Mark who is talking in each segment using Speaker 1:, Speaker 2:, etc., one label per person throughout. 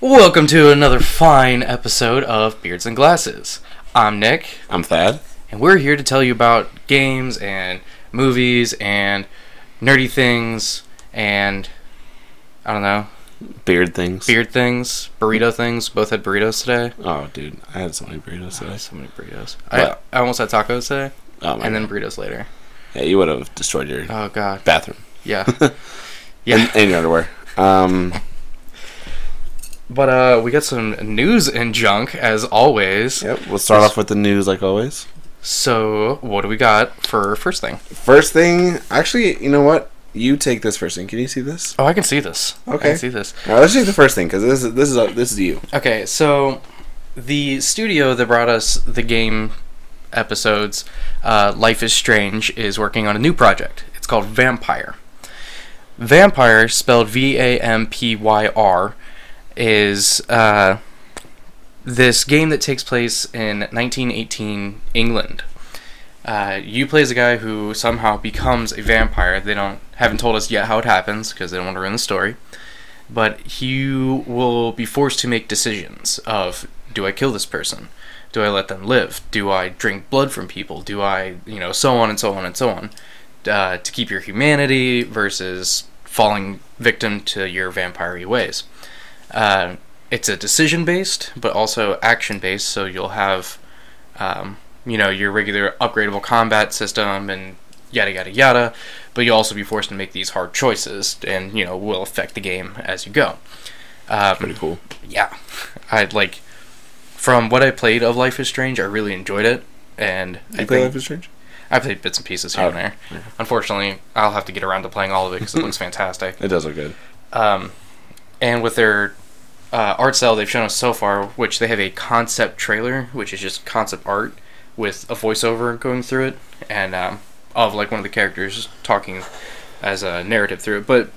Speaker 1: Welcome to another fine episode of Beards and Glasses. I'm Nick,
Speaker 2: I'm Thad.
Speaker 1: and we're here to tell you about games and movies and nerdy things and I don't know,
Speaker 2: Beard things.
Speaker 1: beard things, burrito things. Both had burritos today.
Speaker 2: Oh, dude, I had so many burritos
Speaker 1: I
Speaker 2: today.
Speaker 1: had so many burritos.
Speaker 2: Wow.
Speaker 1: I, I almost had tacos today,
Speaker 2: Oh my
Speaker 1: and then burritos later.
Speaker 2: yeah, you would have destroyed your
Speaker 1: Oh god,
Speaker 2: bathroom
Speaker 1: yeah.
Speaker 2: and, and your underwear. Um,
Speaker 1: But uh, we got some news and junk as always.
Speaker 2: yep. We'll start off with the news, like always.
Speaker 1: So what do we got for first thing?
Speaker 2: First thing, actually, you know what? You take this first thing. Can you see this?
Speaker 1: Oh, I can see this. I
Speaker 2: Okay.
Speaker 1: can see this.
Speaker 2: All right, let's take the first thing because this is this is uh this is you.
Speaker 1: Okay, so the studio that brought us the game episodes, uh, Life is Strange, is working on a new project. It's called Vampire. Vampire, spelled V A M P Y R, is uh, this game that takes place in 1918 England. Uh, you play as a guy who somehow becomes a vampire. They don't haven't told us yet how it happens because they don't want to ruin the story but you will be forced to make decisions of do I kill this person? Do I let them live? Do I drink blood from people? Do I, you know, so on and so on and so on uh, to keep your humanity versus falling victim to your vampire ways. Uh, it's a decision based, but also action based, so you'll have, um, you know, your regular upgradable combat system and yada yada yada, but you'll also be forced to make these hard choices, and you know will affect the game as you go. Um,
Speaker 2: Pretty cool.
Speaker 1: yeah, I like from what I played of Life is Strange, I really enjoyed it, and I
Speaker 2: You play
Speaker 1: think
Speaker 2: Life is Strange?
Speaker 1: I played bits and pieces here
Speaker 2: Oh,
Speaker 1: and there. Unfortunately, I'll have to get around to playing all of it because it looks fantastic.
Speaker 2: It does look good.
Speaker 1: Um, and with their uh, art style they've shown us so far, which they have a concept trailer, which is just concept art with a voiceover going through it, and um, of like one of the characters talking as a narrative through it. But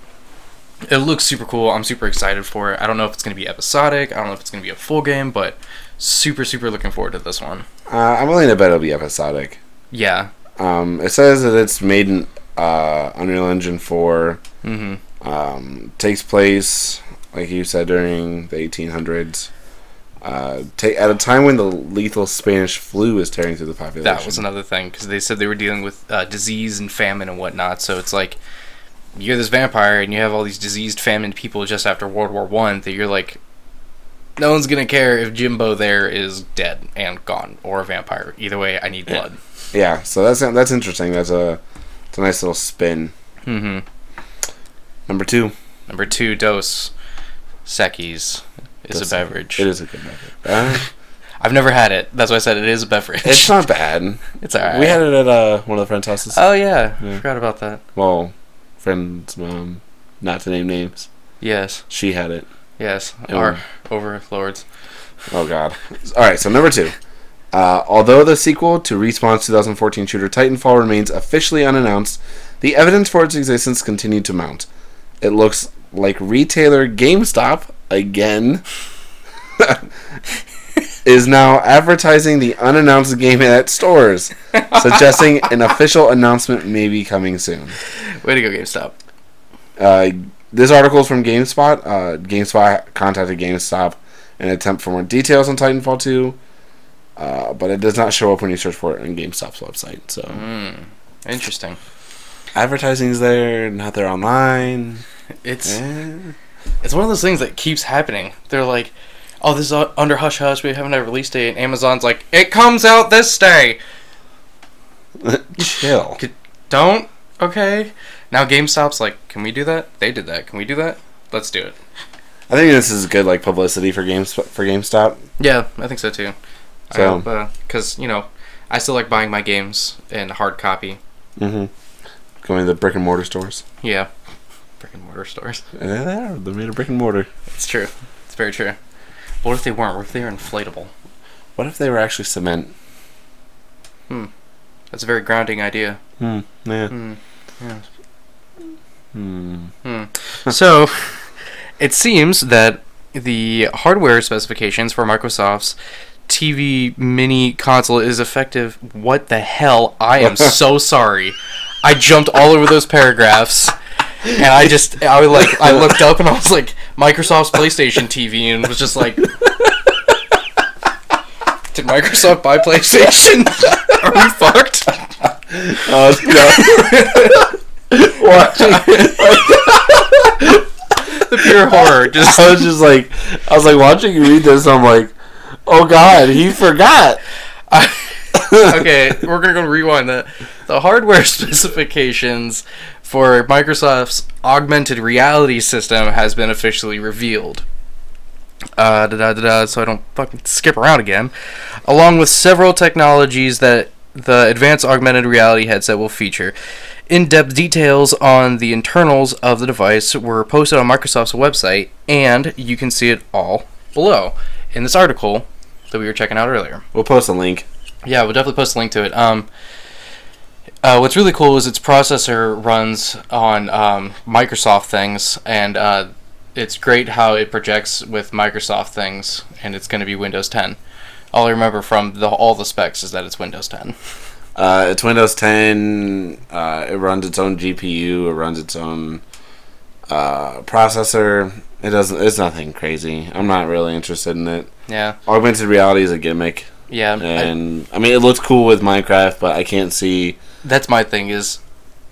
Speaker 1: it looks super cool. I'm super excited for it. I don't know if it's going to be episodic. I don't know if it's going to be a full game, but super, super looking forward to this one.
Speaker 2: Uh, I'm willing to bet it'll be episodic.
Speaker 1: Yeah.
Speaker 2: Um, it says that it's made in uh, Unreal Engine 4.
Speaker 1: hmm
Speaker 2: um, takes place, like you said, during the 1800s. Uh, ta- at a time when the lethal Spanish flu is tearing through the population.
Speaker 1: That was another thing because they said they were dealing with uh, disease and famine and whatnot. So it's like you're this vampire and you have all these diseased, famined people just after World War One that you're like, no one's gonna care if Jimbo there is dead and gone or a vampire. Either way, I need blood.
Speaker 2: yeah. So that's that's interesting. That's a, it's a nice little spin.
Speaker 1: hmm
Speaker 2: Number two,
Speaker 1: Number two, dose Sekis is
Speaker 2: Dos-
Speaker 1: a beverage.
Speaker 2: it is a good beverage. Uh,
Speaker 1: I've never had it. That's why I said it is a beverage.
Speaker 2: it's not bad.
Speaker 1: It's alright.
Speaker 2: We had it at uh, one of the friends' houses.
Speaker 1: Oh yeah,
Speaker 2: Yeah.
Speaker 1: forgot about that.
Speaker 2: well, friend's mom, not to name names.
Speaker 1: Yes,
Speaker 2: She had it.
Speaker 1: yes.
Speaker 2: Ew.
Speaker 1: Our overlords.
Speaker 2: Oh God! All right, so number two. Uh, although the sequel to Respawn's 2014 shooter Titanfall remains officially unannounced, the evidence for its existence continued to mount. It looks like retailer GameStop again is now advertising the unannounced game at stores, suggesting an official announcement may be coming soon.
Speaker 1: Way to go, GameStop.
Speaker 2: Uh, this article is from GameSpot. Uh, GameSpot contacted GameStop in an attempt for more details on Titanfall 2, uh, but it does not show up when you search for it on GameStop's website. So
Speaker 1: Mm, interesting.
Speaker 2: advertising's there, not there online.
Speaker 1: It's
Speaker 2: Eh.
Speaker 1: it's one of those things that keeps happening. They're like, oh, this is u- under hush hush. We haven't had a release date. And Amazon's like, it comes out this day.
Speaker 2: Chill.
Speaker 1: Don't okay. Now GameStop's like, can we do that? They did that. Can we do that? Let's do it.
Speaker 2: I think this is good like publicity for games for GameStop.
Speaker 1: Yeah, I think so too. I
Speaker 2: So-
Speaker 1: hope because you know, I still like buying my games in hard copy.
Speaker 2: Mm-hmm. Going to the brick and mortar stores.
Speaker 1: Yeah, brick and mortar stores.
Speaker 2: Eh, They are. They made a brick and mortar.
Speaker 1: It's true. It's very true. What if they weren't? What if they were inflatable?
Speaker 2: What if they were actually cement?
Speaker 1: That's a very grounding idea.
Speaker 2: Hmm. Yeah.
Speaker 1: Hmm.
Speaker 2: Hmm.
Speaker 1: so it seems that the hardware specifications for Microsoft's TV mini console is effective. What the hell? I am so sorry. I jumped all over those paragraphs. And I just, I was like, I looked up and I was like, Microsoft's PlayStation TV and was just like, did Microsoft buy PlayStation? Are we fucked?
Speaker 2: Uh, no. what?
Speaker 1: The pure horror. Just
Speaker 2: I was just like, I was like watching you read this. I'm like, oh god, he forgot.
Speaker 1: okay, we're gonna go rewind that. The hardware specifications for Microsoft's augmented reality system has been officially revealed. Uh, da, da, da, da, so I don't fucking skip around again. Along with several technologies that the advanced augmented reality headset will feature. In depth details on the internals of the device were posted on Microsoft's website, and you can see it all below in this article that we were checking out earlier.
Speaker 2: We'll post a link.
Speaker 1: Yeah, we'll definitely post a link to it. Um, uh, what's really cool is its processor runs on um, Microsoft things, and uh, it's great how it projects with Microsoft things, and it's going to be Windows 10. All I remember from the, all the specs is that it's Windows 10.
Speaker 2: Uh, it's Windows 10. Uh, it runs its own GPU. It runs its own uh, processor. It doesn't. It's nothing crazy. I'm not really interested in it.
Speaker 1: Yeah,
Speaker 2: Augmented reality is a gimmick,
Speaker 1: yeah. I-
Speaker 2: and I, mean it looks cool with Minecraft, but I can't see.
Speaker 1: that's my thing is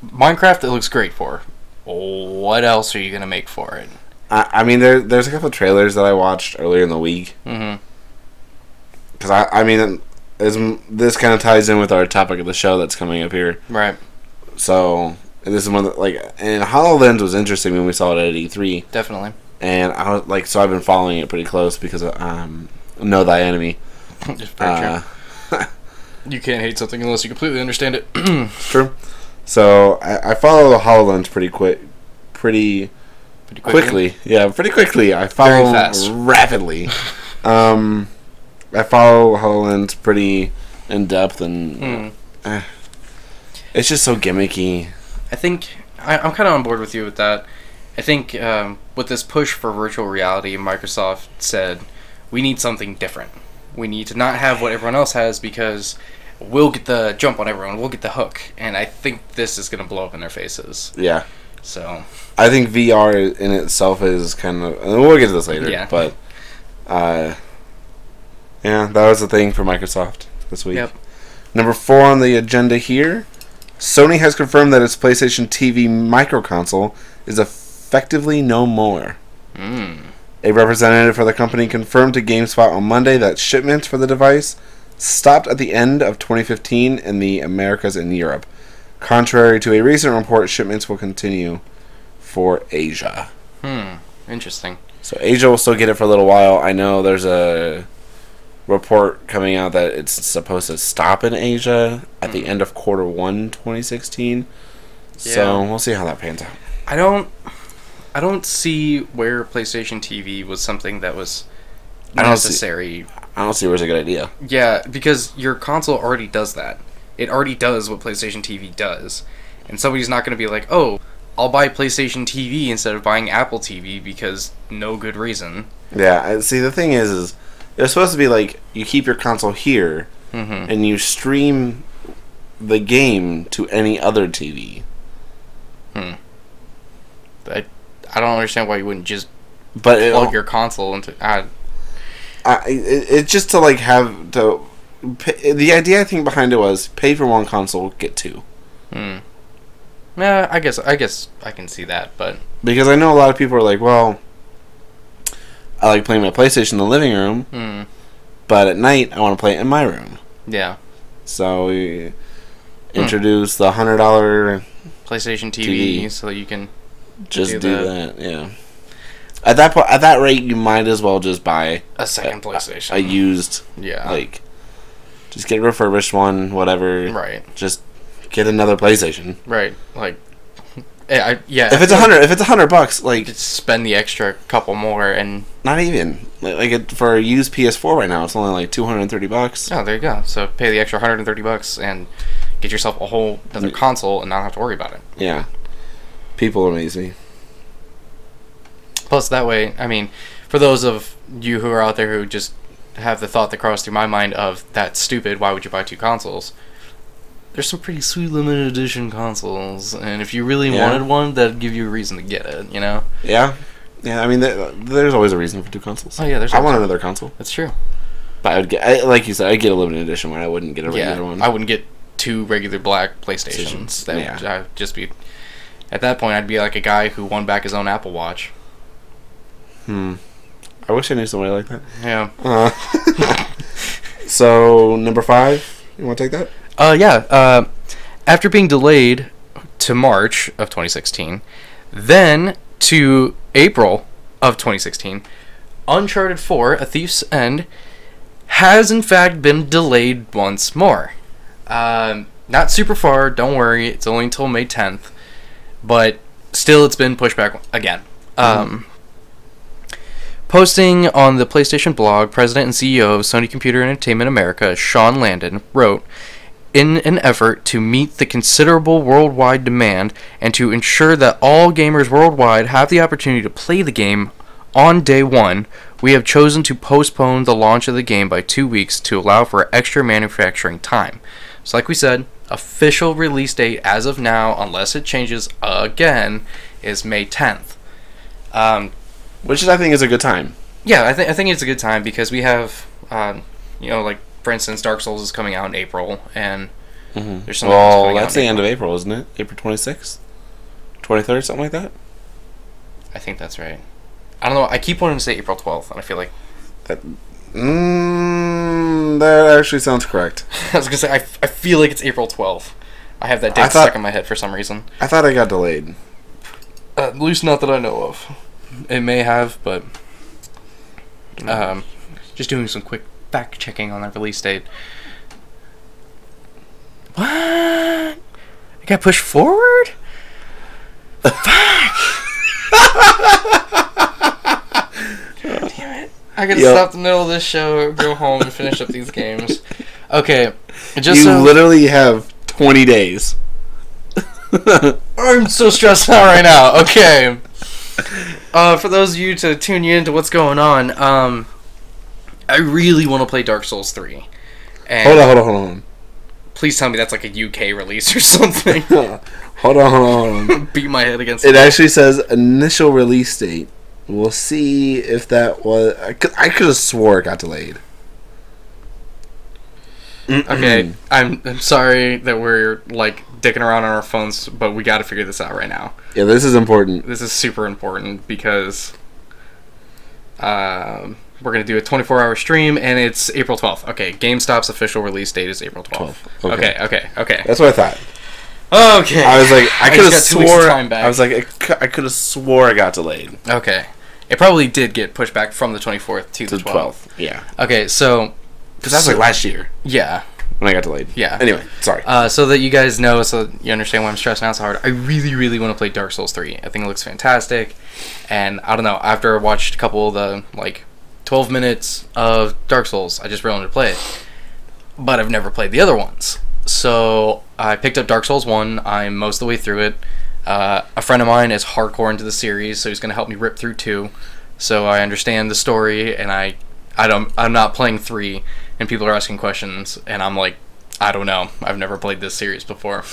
Speaker 1: Minecraft. It looks great for. What else are you gonna make for it?
Speaker 2: I, I mean there there's a couple trailers that I watched earlier in the week
Speaker 1: Mm-hmm.
Speaker 2: because I I mean is this kind of ties in with our topic of the show that's coming up here.
Speaker 1: Right.
Speaker 2: So and this is one that, like and Hololens was interesting when we saw it at E3.
Speaker 1: Definitely.
Speaker 2: and I was like, so I've been following it pretty close because of, um, know thy enemy.
Speaker 1: It's very
Speaker 2: Uh,
Speaker 1: true. You can't hate something unless you completely understand it.
Speaker 2: true. So I, I follow the Hololens pretty quick, pretty
Speaker 1: Pretty
Speaker 2: quickly. Yeah, pretty quickly. I follow
Speaker 1: Very fast.
Speaker 2: rapidly. um, I follow Hololens pretty in depth, and
Speaker 1: Mm.
Speaker 2: eh, it's just so gimmicky.
Speaker 1: I think I, I'm kind of on board with you with that. I think um, with this push for virtual reality, Microsoft said we need something different. We need to not have what everyone else has because we'll get the jump on everyone. We'll get the hook, and I think this is going to blow up in their faces.
Speaker 2: Yeah.
Speaker 1: So
Speaker 2: I think VR in itself is kind of. And we'll get to this later,
Speaker 1: Yeah.
Speaker 2: but uh, yeah, that was the thing for Microsoft this week.
Speaker 1: Yep.
Speaker 2: Number four on the agenda here: Sony has confirmed that its PlayStation TV micro console is effectively no more.
Speaker 1: mm,
Speaker 2: A representative for the company confirmed to GameSpot on Monday that shipments for the device stopped at the end of 2015 in the Americas and Europe. Contrary to a recent report, shipments will continue for Asia.
Speaker 1: hmm, interesting.
Speaker 2: So Asia will still get it for a little while. I know there's a report coming out that it's supposed to stop in Asia at the end of quarter one 2016. So
Speaker 1: Yeah.
Speaker 2: we'll see how that pans out.
Speaker 1: I don't, I don't see where PlayStation TV was something that was
Speaker 2: I don't see-
Speaker 1: necessary
Speaker 2: I don't see where's a good idea.
Speaker 1: Yeah, because your console already does that. It already does what PlayStation TV does. And somebody's not going to be like, oh, I'll buy PlayStation TV instead of buying Apple TV because no good reason.
Speaker 2: Yeah, I- see the thing is, is they're supposed to be like you keep your console here
Speaker 1: Mm-hmm.
Speaker 2: and you stream the game to any other TV.
Speaker 1: I, I don't understand why you wouldn't just
Speaker 2: But it,
Speaker 1: plug your console into. I,
Speaker 2: I, it, it's just to like have to. Pay, the idea I think behind it was pay for one console, get two.
Speaker 1: hmm. Yeah, I guess I guess I can see that, but
Speaker 2: because I know a lot of people are like, well, I like playing my PlayStation in the living room,
Speaker 1: hmm,
Speaker 2: but at night I want to play it in my room.
Speaker 1: yeah,
Speaker 2: So we
Speaker 1: Hmm.
Speaker 2: introduce the hundred dollar,
Speaker 1: PlayStation TV,
Speaker 2: TV.
Speaker 1: so you can.
Speaker 2: just
Speaker 1: Do
Speaker 2: do, that. yeah. At that point, at that rate, you might as well just buy
Speaker 1: A second
Speaker 2: a-
Speaker 1: PlayStation.
Speaker 2: Uh, a used
Speaker 1: yeah,
Speaker 2: like, just get a refurbished one, whatever.
Speaker 1: right,
Speaker 2: Just get another PlayStation.
Speaker 1: right, like, yeah, I, yeah.
Speaker 2: If it's a hundred, if it's a hundred bucks, like
Speaker 1: just spend the extra couple more and
Speaker 2: not even like, like it, for a used PS4 right now, it's only like two hundred and thirty bucks.
Speaker 1: oh there you go so pay the extra 130 bucks and get yourself a whole another console and not have to worry about it
Speaker 2: Yeah, people amaze me.
Speaker 1: plus that way i mean for those of you who are out there who just have the thought that crossed through my mind of that's stupid why would you buy two consoles there's some pretty sweet limited edition consoles and if you really
Speaker 2: Yeah.
Speaker 1: wanted one that'd give you a reason to get it you know
Speaker 2: Yeah. Yeah, I mean, there, there's always a reason for two consoles.
Speaker 1: Oh, yeah, there's
Speaker 2: I want
Speaker 1: always-
Speaker 2: another console,
Speaker 1: That's true.
Speaker 2: but I would get, I, like you said, I'd get a limited edition one. I wouldn't get a regular
Speaker 1: yeah,
Speaker 2: one.
Speaker 1: I wouldn't get two regular black PlayStations. That would
Speaker 2: Yeah.
Speaker 1: I'd just be. At that point, I'd be like a guy who won back his own Apple Watch.
Speaker 2: Hmm. I wish I knew somebody like that.
Speaker 1: Yeah.
Speaker 2: Uh, so number five, you want to take that?
Speaker 1: Uh, yeah. Uh, after being delayed to March of 2016, then to April of 2016, Uncharted 4: A Thief's End has in fact been delayed once more. Um, not super far. Don't worry. It's only until May 10th, but still, it's been pushed back again. Um, Posting on the PlayStation blog, President and CEO of Sony Computer Entertainment America, Sean Landon, wrote in an effort to meet the considerable worldwide demand and to ensure that all gamers worldwide have the opportunity to play the game on day one, we have chosen to postpone the launch of the game by two weeks to allow for extra manufacturing time. So, like we said, official release date as of now, unless it changes again, is May 10th. Um,
Speaker 2: Which is, I think is a good time.
Speaker 1: yeah, I think I think it's a good time because we have, um, you know, like for instance, Dark Souls is coming out in April, and there's something else
Speaker 2: Mm-hmm. Well,
Speaker 1: coming out
Speaker 2: that's
Speaker 1: in
Speaker 2: the end of April, isn't it? April twenty sixth, twenty third, something like that.
Speaker 1: April. I think that's right. I don't know. I keep wanting to say April 12th, and I feel like
Speaker 2: Mm, that actually sounds correct.
Speaker 1: I was gonna say I, f- I feel like it's April 12th. I have that
Speaker 2: I
Speaker 1: date
Speaker 2: thought-
Speaker 1: stuck in my head for some reason.
Speaker 2: I thought I got delayed.
Speaker 1: Uh, at least not that I know of. It may have, but um, just doing some quick fact checking on that release date. What? It got pushed forward. Fuck. Damn it! I gotta
Speaker 2: Yep.
Speaker 1: stop the middle of this show, go home, and finish up these games. Okay, just
Speaker 2: you
Speaker 1: so-
Speaker 2: literally have twenty days.
Speaker 1: I'm so stressed out right now. Okay. Uh, for those of you to tune in to what's going on, um, I really want to play Dark Souls 3. And
Speaker 2: Hold on, hold on, hold on.
Speaker 1: Please tell me that's like a UK release or something.
Speaker 2: hold on, hold on, hold on.
Speaker 1: Beat my head against
Speaker 2: It actually says initial release date. We'll see if that was. I could, I could have swore it got delayed. mm.
Speaker 1: Okay, I'm, I'm sorry that we're like dicking around on our phones, but we gotta figure this out right now.
Speaker 2: Yeah, this is important.
Speaker 1: This is super important because um, we're gonna do a 24 hour stream and it's April 12th. Okay, GameStop's official release date is April 12th.
Speaker 2: 12th, okay.
Speaker 1: okay, okay. okay.
Speaker 2: That's what I thought.
Speaker 1: Okay.
Speaker 2: I was like, I
Speaker 1: I
Speaker 2: could have
Speaker 1: just got two weeks of
Speaker 2: swore.
Speaker 1: time back.
Speaker 2: I was like, I cou- I could have swore I got delayed
Speaker 1: okay. It probably did get pushed back from the 24th to,
Speaker 2: to
Speaker 1: the 12th.
Speaker 2: twelfth. Yeah,
Speaker 1: Okay, so
Speaker 2: because that's like last year
Speaker 1: yeah.
Speaker 2: when I got delayed.
Speaker 1: Yeah.
Speaker 2: Anyway, sorry.
Speaker 1: Uh, so that you guys know, so you understand why I'm stressing out so hard. I really, really want to play Dark Souls 3. I think it looks fantastic. And I don't know, after I watched a couple of the, like, 12 minutes of Dark Souls, I just really wanted to play it. But I've never played the other ones. So I picked up Dark Souls 1. I'm most of the way through it. Uh, a friend of mine is hardcore into the series, so he's going to help me rip through 2. So I understand the story, and I, I don't, I'm not playing 3, and people are asking questions, and I'm like, I don't know. I've never played this series before.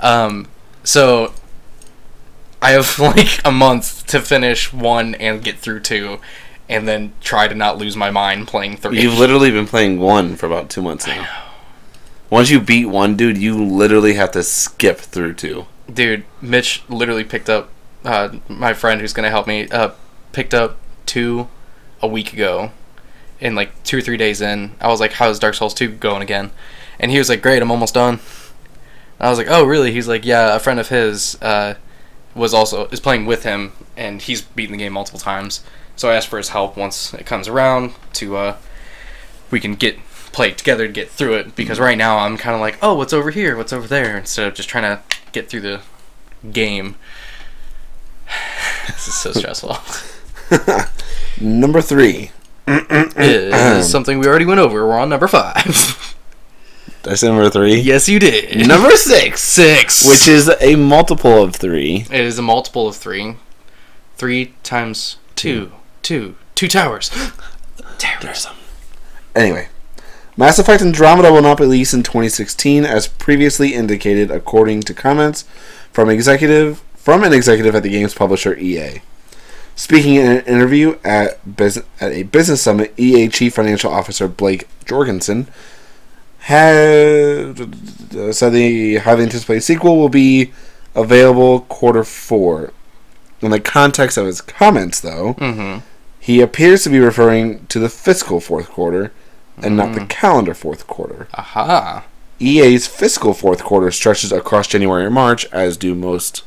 Speaker 1: Um, so I have like a month to finish one and get through two, and then try to not lose my mind playing 3
Speaker 2: You've literally been playing one for about two months now. Once you beat one, dude, you literally have to skip through two.
Speaker 1: Dude, Mitch literally picked up uh, my friend who's gonna help me uh, picked up two a week ago, and like two or three days in, I was like, "How's Dark Souls two going again?" And he was like, "Great, I'm almost done." I was like, "Oh, really?" He's like, "Yeah, a friend of his uh, was also is playing with him, and he's beaten the game multiple times." So I asked for his help once it comes around to uh, we can get play together to get through it because right now I'm kind of like, "Oh, what's over here? What's over there?" instead of just trying to get through the game. this is so stressful.
Speaker 2: Number three.
Speaker 1: it is something we already went over. We're on number five.
Speaker 2: Did I say number three?
Speaker 1: yes, you did.
Speaker 2: Number six.
Speaker 1: Six.
Speaker 2: which is a multiple of three.
Speaker 1: it is a multiple of three. Three times two. Two. Two towers. towers.
Speaker 2: Anyway, Mass Effect Andromeda will not be released in 2016, as previously indicated, according to comments from executive from an executive at the game's publisher EA. E Speaking in an interview at, bus- at a business summit, EA Chief Financial Officer Blake Jorgensen had uh, said the highly anticipated sequel will be available quarter four. In the context of his comments, though,
Speaker 1: Mm-hmm.
Speaker 2: he appears to be referring to the fiscal fourth quarter and not the calendar fourth quarter.
Speaker 1: Aha.
Speaker 2: EA's E fiscal fourth quarter stretches across January and March, as do most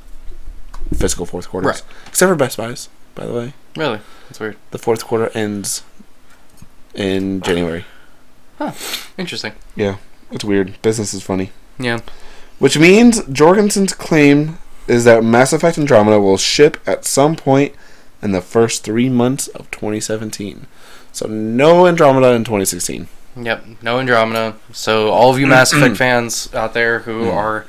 Speaker 2: fiscal fourth quarters.
Speaker 1: Right.
Speaker 2: Except for Best Buy's, by the way.
Speaker 1: Really? That's weird.
Speaker 2: The fourth quarter ends in January.
Speaker 1: Interesting.
Speaker 2: Yeah, it's weird. Business is funny.
Speaker 1: Yeah.
Speaker 2: Which means Jorgensen's claim is that Mass Effect Andromeda will ship at some point in the first three months of 2017. So no Andromeda in 2016.
Speaker 1: Yep. No Andromeda. So all of you Mass Effect fans out there who are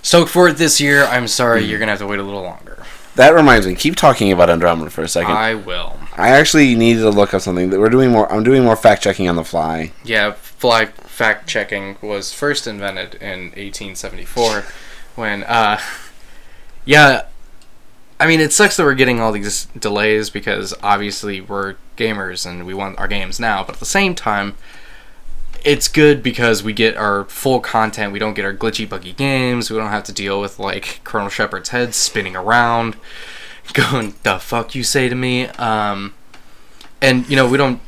Speaker 1: stoked for it this year, I'm sorry you're gonna have to wait a little longer.
Speaker 2: That reminds me. Keep talking about Andromeda for a second.
Speaker 1: I will.
Speaker 2: I actually needed to look up something. That we're doing more. I'm doing more fact checking on the fly.
Speaker 1: Yeah, fly fact checking was first invented in 1874 when, uh, yeah, I mean, it sucks that we're getting all these delays because obviously we're gamers and we want our games now, but at the same time, it's good because we get our full content. We don't get our glitchy, buggy games. We don't have to deal with, like, Colonel Shepard's head spinning around, going, the fuck you say to me? Um, and, you know, we don't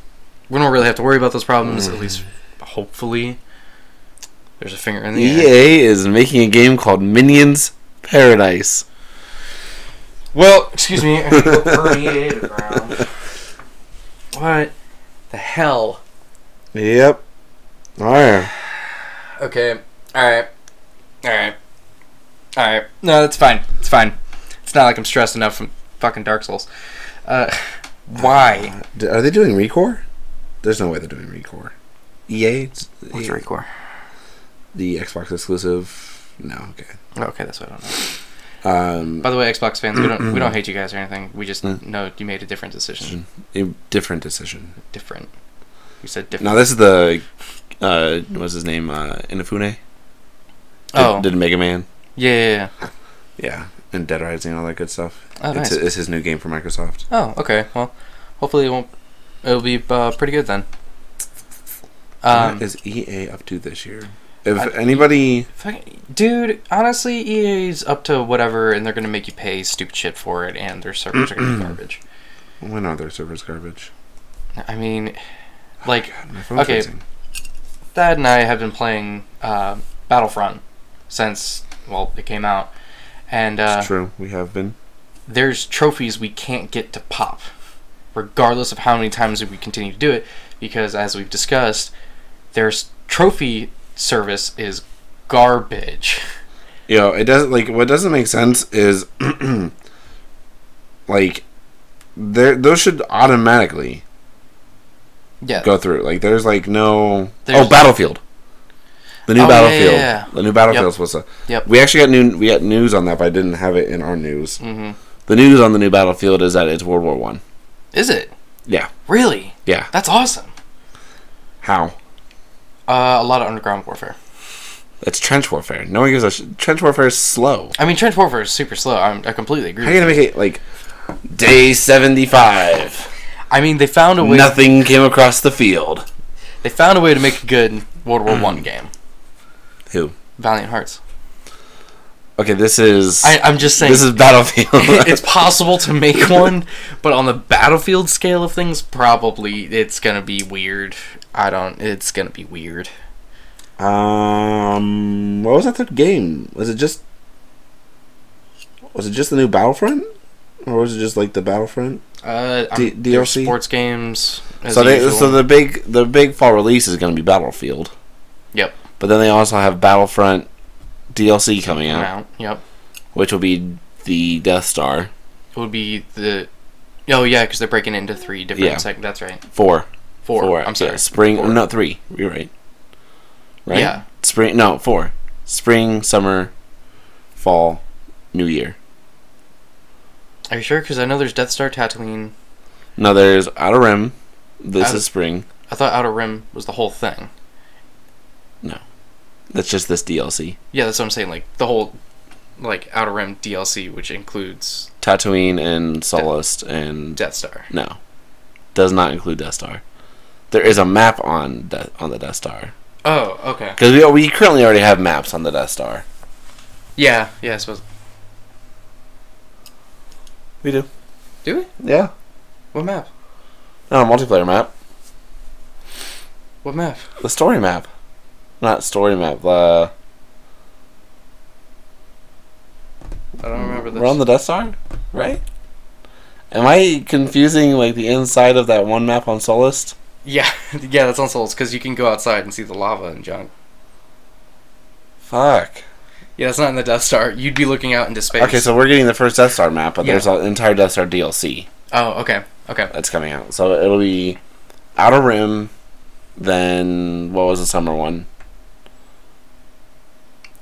Speaker 1: we don't really have to worry about those problems, at least hopefully. There's a finger in the air.
Speaker 2: EA is making E a game called Minions Paradise.
Speaker 1: Well, excuse me. I permeated around. What the hell?
Speaker 2: Yep. Oh, All right.
Speaker 1: Okay. All right. All right. All right. No, that's fine. It's fine. It's not like I'm stressed enough from fucking Dark Souls. Uh, why?
Speaker 2: D- Are they doing Recore? There's no way they're doing Recore. EA. It's- EA
Speaker 1: Recore?
Speaker 2: the Xbox exclusive. No. Okay.
Speaker 1: Okay, that's what I don't know.
Speaker 2: Um,
Speaker 1: By the way, Xbox fans, we don't we don't hate you guys or anything. We just
Speaker 2: Mm.
Speaker 1: know you made a different decision.
Speaker 2: a different decision.
Speaker 1: Different. We said different.
Speaker 2: Now this is the. Uh, what's his name? Uh, Inafune. Did,
Speaker 1: Oh.
Speaker 2: Did Mega Man.
Speaker 1: Yeah, yeah, yeah.
Speaker 2: Yeah. And Dead Rising and all that good stuff.
Speaker 1: Oh, nice.
Speaker 2: it's, it's his new game for Microsoft.
Speaker 1: Oh, okay. Well, hopefully it won't. It'll be uh, pretty good then. Um,
Speaker 2: what is EA up to this year? If
Speaker 1: I-
Speaker 2: anybody,
Speaker 1: fuck- dude, honestly, EA's up to whatever, and they're gonna make you pay stupid shit for it, and their servers are gonna be garbage.
Speaker 2: when are their servers garbage?
Speaker 1: I mean, like
Speaker 2: Oh, God, my phone's
Speaker 1: Okay.
Speaker 2: buzzing.
Speaker 1: Dad and I have been playing uh, Battlefront since well it came out, and uh,
Speaker 2: it's true. We have been.
Speaker 1: there's trophies we can't get to pop, regardless of how many times we continue to do it, because as we've discussed, their s- trophy service is garbage.
Speaker 2: You know, it doesn't like what doesn't make sense is like there those should automatically
Speaker 1: Yeah.
Speaker 2: go through. Like there's like no
Speaker 1: There's-
Speaker 2: oh Battlefield. The new
Speaker 1: Oh, yeah,
Speaker 2: Battlefield.
Speaker 1: yeah, yeah.
Speaker 2: The new Battlefield's supposed to.
Speaker 1: Yep.
Speaker 2: We actually got new. We got news on that, but I didn't have it in our news.
Speaker 1: hmm
Speaker 2: The news on the new Battlefield is that it's World War One.
Speaker 1: Is it
Speaker 2: Yeah.
Speaker 1: really?
Speaker 2: Yeah.
Speaker 1: That's awesome.
Speaker 2: How?
Speaker 1: Uh, a lot of underground warfare.
Speaker 2: It's trench warfare. No one gives a sh- trench warfare is slow.
Speaker 1: I mean, trench warfare is super slow. I'm, I completely agree.
Speaker 2: How
Speaker 1: with
Speaker 2: you gonna make it like day seventy five?
Speaker 1: you. I mean, they found a way.
Speaker 2: Nothing came across the field.
Speaker 1: They found a way to make a good World War One game.
Speaker 2: Who?
Speaker 1: Valiant Hearts.
Speaker 2: Okay, this is
Speaker 1: I, I'm just saying.
Speaker 2: this is Battlefield.
Speaker 1: it's possible to make one, but on the battlefield scale of things, probably it's gonna be weird. I don't. It's gonna be weird.
Speaker 2: um, what was that third game? Was it just was it just the new Battlefront, or was it just like the Battlefront?
Speaker 1: Uh,
Speaker 2: D-
Speaker 1: I'm- there's
Speaker 2: DLC?
Speaker 1: sports games. as
Speaker 2: so they,
Speaker 1: usual.
Speaker 2: so the big the big fall release is going to be Battlefield,
Speaker 1: yep.
Speaker 2: but then they also have Battlefront DLC coming out,
Speaker 1: Mount, Yep.
Speaker 2: which will be the Death Star
Speaker 1: It would be the. Oh yeah, because they're breaking it into three different
Speaker 2: Yeah.
Speaker 1: seg- That's right.
Speaker 2: four.
Speaker 1: Four. I'm sorry.
Speaker 2: Yeah, spring.
Speaker 1: Four.
Speaker 2: No, three. You're right. Right.
Speaker 1: Yeah.
Speaker 2: Spring. No, four. Spring, summer, fall, New Year.
Speaker 1: Are you sure? Because I know there's Death Star, Tatooine.
Speaker 2: Now there's Outer Rim. This
Speaker 1: Outer-
Speaker 2: is spring.
Speaker 1: I thought Outer Rim was the whole thing.
Speaker 2: That's just this DLC.
Speaker 1: Yeah, that's what I'm saying. Like the whole like Outer Rim DLC, which includes
Speaker 2: Tatooine and Solist and
Speaker 1: Death Star.
Speaker 2: no, does not include Death Star. There is a map on De- on the Death Star
Speaker 1: Oh, okay.
Speaker 2: because we, we currently already have maps on the Death Star.
Speaker 1: Yeah, yeah, I suppose.
Speaker 2: We do.
Speaker 1: Do we?
Speaker 2: Yeah.
Speaker 1: What map?
Speaker 2: Not a multiplayer map.
Speaker 1: What map?
Speaker 2: The story map. Not story map. Uh,
Speaker 1: I don't remember this.
Speaker 2: we're on the Death Star, right? Am I confusing like the inside of that one map on Solist?
Speaker 1: yeah, yeah, that's on Souls because you can go outside and see the lava and junk.
Speaker 2: Fuck.
Speaker 1: Yeah, that's not in the Death Star. You'd be looking out into space.
Speaker 2: Okay, so we're getting the first Death Star map, but
Speaker 1: Yeah.
Speaker 2: there's an entire Death Star DLC
Speaker 1: Oh, okay, okay.
Speaker 2: that's coming out. So it'll be Outer Rim, then what was the summer one?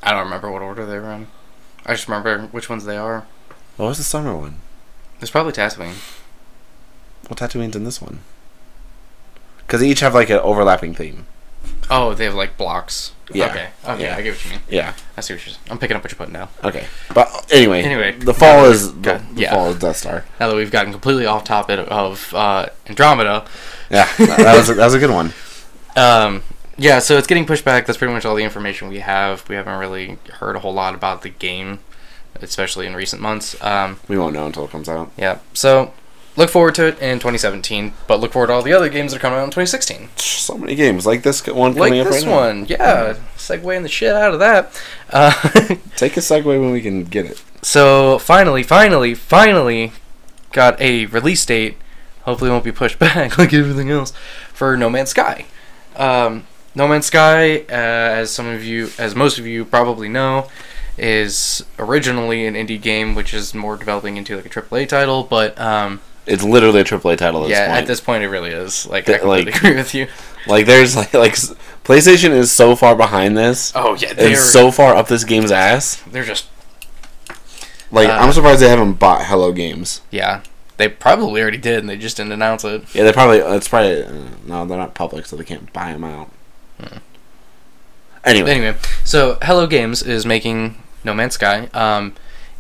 Speaker 1: I don't remember what order they were in. I just remember which ones they are.
Speaker 2: What was the summer one?
Speaker 1: There's probably Tatooine.
Speaker 2: Well, Tatooine's in this one. Because they each have like an overlapping theme.
Speaker 1: Oh, they have like blocks.
Speaker 2: Yeah.
Speaker 1: Okay. Okay.
Speaker 2: Yeah.
Speaker 1: I get what you mean.
Speaker 2: Yeah.
Speaker 1: I see what you're. I'm picking up what you're putting down.
Speaker 2: Okay. But anyway,
Speaker 1: Anyway.
Speaker 2: the fall is the,
Speaker 1: Good.
Speaker 2: the
Speaker 1: Yeah.
Speaker 2: fall is Death Star.
Speaker 1: Now that we've gotten completely off topic of uh, Andromeda,
Speaker 2: Yeah, that that was a, that was a good one.
Speaker 1: um, yeah. So it's getting pushed back. That's pretty much all the information we have. We haven't really heard a whole lot about the game, especially in recent months. Um,
Speaker 2: We won't know until it comes out.
Speaker 1: yeah. So look forward to it in 2017, but look forward to all the other games that are coming out in 2016.
Speaker 2: So many games like this one
Speaker 1: Like
Speaker 2: coming up
Speaker 1: this
Speaker 2: right now. Mm-hmm.
Speaker 1: one, yeah. Segwaying the shit out of that. Uh,
Speaker 2: Take a segue when we can get it.
Speaker 1: So finally, finally, finally, got a release date. Hopefully, it won't be pushed back like everything else for No Man's Sky. Um, no Man's Sky, uh, as some of you, as most of you probably know, is originally an indie game, which is more developing into like a AAA title. But um,
Speaker 2: It's literally a AAA title at
Speaker 1: yeah,
Speaker 2: this point.
Speaker 1: at this point, it really is. Like, I
Speaker 2: Th- like-
Speaker 1: completely agree with you.
Speaker 2: Like there's like like s- PlayStation is so far behind this.
Speaker 1: Oh yeah, they're
Speaker 2: It's so far up this game's ass.
Speaker 1: they're just
Speaker 2: Like
Speaker 1: Uh,
Speaker 2: I'm surprised they haven't bought Hello Games.
Speaker 1: yeah. They probably already did, and they just didn't announce it.
Speaker 2: Yeah, they probably it's probably uh, no, they're not public, so they can't buy them out. Anyway,
Speaker 1: Anyway, so Hello Games is making No Man's Sky. Um,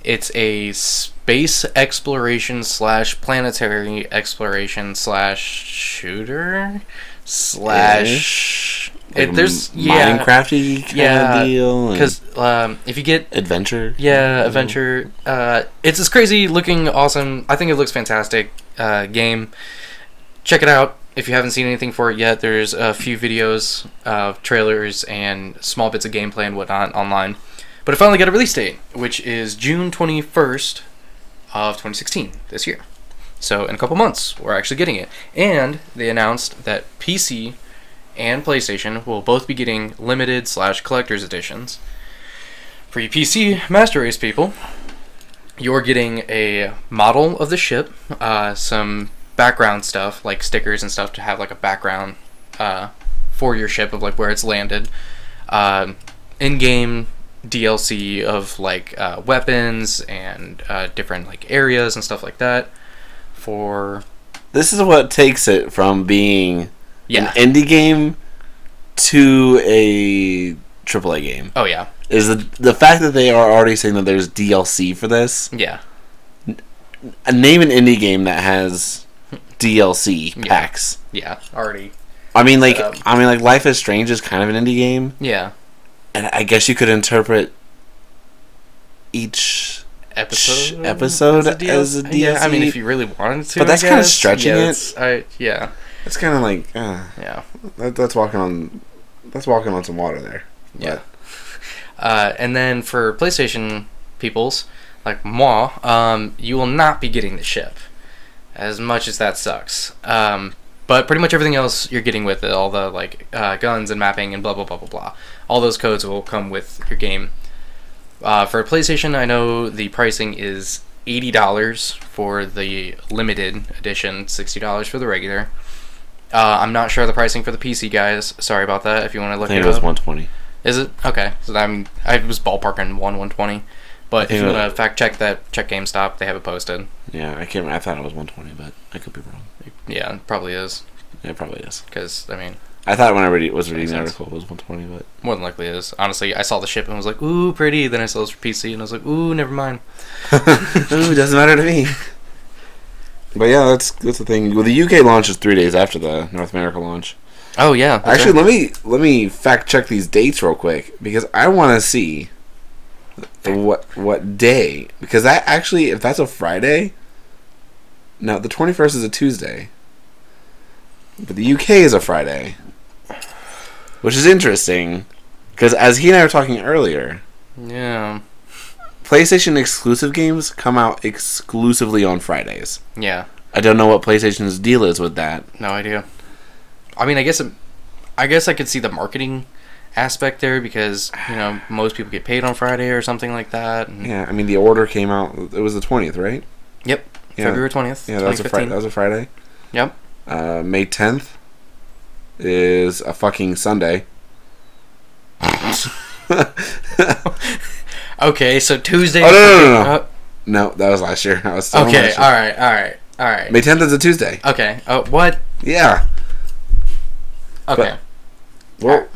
Speaker 1: it's a space exploration slash planetary exploration slash shooter slash.
Speaker 2: like
Speaker 1: It, there's
Speaker 2: M-
Speaker 1: yeah,
Speaker 2: Minecrafty kind
Speaker 1: Yeah,
Speaker 2: of deal and
Speaker 1: because um, if you get
Speaker 2: adventure.
Speaker 1: yeah adventure, uh, it's this crazy looking awesome. I think it looks fantastic. Uh, game, check it out. If you haven't seen anything for it yet, there's a few videos of trailers and small bits of gameplay and whatnot online. But it finally got a release date, which is June 21st of 2016, this year. So in a couple months, we're actually getting it. And they announced that PC and PlayStation will both be getting limited slash collector's editions. For you PC Master Race people, you're getting a model of the ship, uh, some background stuff like stickers and stuff to have like a background uh, for your ship of like where it's landed. Um in-game DLC of like uh, weapons and uh, different like areas and stuff like that. For
Speaker 2: This is what takes it from being
Speaker 1: yeah,
Speaker 2: an indie game to a AAA game.
Speaker 1: oh yeah,
Speaker 2: Is the the fact that they are already saying that there's DLC for this?
Speaker 1: yeah,
Speaker 2: Uh, name an indie game that has DLC
Speaker 1: Yeah.
Speaker 2: packs.
Speaker 1: yeah, already
Speaker 2: I mean, like,
Speaker 1: Um,
Speaker 2: I mean, like, Life is Strange is kind of an indie game,
Speaker 1: yeah.
Speaker 2: and I guess you could interpret each. Sh-
Speaker 1: Episode
Speaker 2: episode as a
Speaker 1: Yeah, I mean,
Speaker 2: DLC?
Speaker 1: if you really wanted to,
Speaker 2: But that's
Speaker 1: I
Speaker 2: kinda
Speaker 1: guess.
Speaker 2: stretching
Speaker 1: yeah,
Speaker 2: it.
Speaker 1: that's- I, yeah,
Speaker 2: It's kind of like uh,
Speaker 1: yeah.
Speaker 2: that, that's walking on, that's walking on some water there.
Speaker 1: Yeah. Uh, and then for PlayStation peoples, like moi, um, you will not be getting the ship, as much as that sucks. Um, but pretty much everything else you're getting with it, all the like uh, guns and mapping and blah blah blah blah blah. All those codes will come with your game. Uh, for PlayStation, I know the pricing is eighty dollars for the limited edition, sixty dollars for the regular. Uh, I'm not sure of the pricing for the PC guys. Sorry about that. If you want to
Speaker 2: I
Speaker 1: look
Speaker 2: think
Speaker 1: it
Speaker 2: it was
Speaker 1: up.
Speaker 2: one twenty.
Speaker 1: Is it okay? So I'm I was ballparking one one twenty, but if you
Speaker 2: Yeah.
Speaker 1: want to fact check that, check GameStop. They have it posted.
Speaker 2: Yeah, I can't. remember. I thought it was one twenty, but I could be wrong.
Speaker 1: Yeah, it probably is
Speaker 2: It probably is.
Speaker 1: because I mean
Speaker 2: I thought when I read, was reading the
Speaker 1: Makes sense.
Speaker 2: article it was 120, but
Speaker 1: More than likely it is. Honestly, I saw the ship and was like, ooh, pretty. Then I saw this for PC and I was like, ooh, never mind.
Speaker 2: Ooh, doesn't matter to me. But yeah, that's that's the thing. Well, the UK launch is three days after the North America launch.
Speaker 1: Oh, yeah. that's
Speaker 2: Actually,
Speaker 1: right.
Speaker 2: let me let me fact check these dates real quick because I want to see the what what day because that actually if that's a Friday. No, the twenty first is a Tuesday, but the UK is a Friday, which is interesting because as he and I were talking earlier,
Speaker 1: Yeah.
Speaker 2: PlayStation exclusive games come out exclusively on Fridays.
Speaker 1: Yeah.
Speaker 2: I don't know what PlayStation's deal is with that.
Speaker 1: No idea. I mean, I guess it, I guess I could see the marketing aspect there because you know most people get paid on Friday or something like that. And
Speaker 2: Yeah, I mean the order came out. It was the twentieth, right?
Speaker 1: Mm. Yep.
Speaker 2: Yeah.
Speaker 1: February twentieth.
Speaker 2: Yeah, that was a Friday. That was a Friday.
Speaker 1: Yep.
Speaker 2: Uh, May tenth is a fucking Sunday.
Speaker 1: Okay, so Tuesday.
Speaker 2: Oh, no, no, no, no.
Speaker 1: Uh,
Speaker 2: no, that was last year. I was still on
Speaker 1: okay.
Speaker 2: last year.
Speaker 1: All right. All right. All right.
Speaker 2: May tenth is a Tuesday.
Speaker 1: Okay. Uh, what?
Speaker 2: Yeah.
Speaker 1: Okay.
Speaker 2: Well,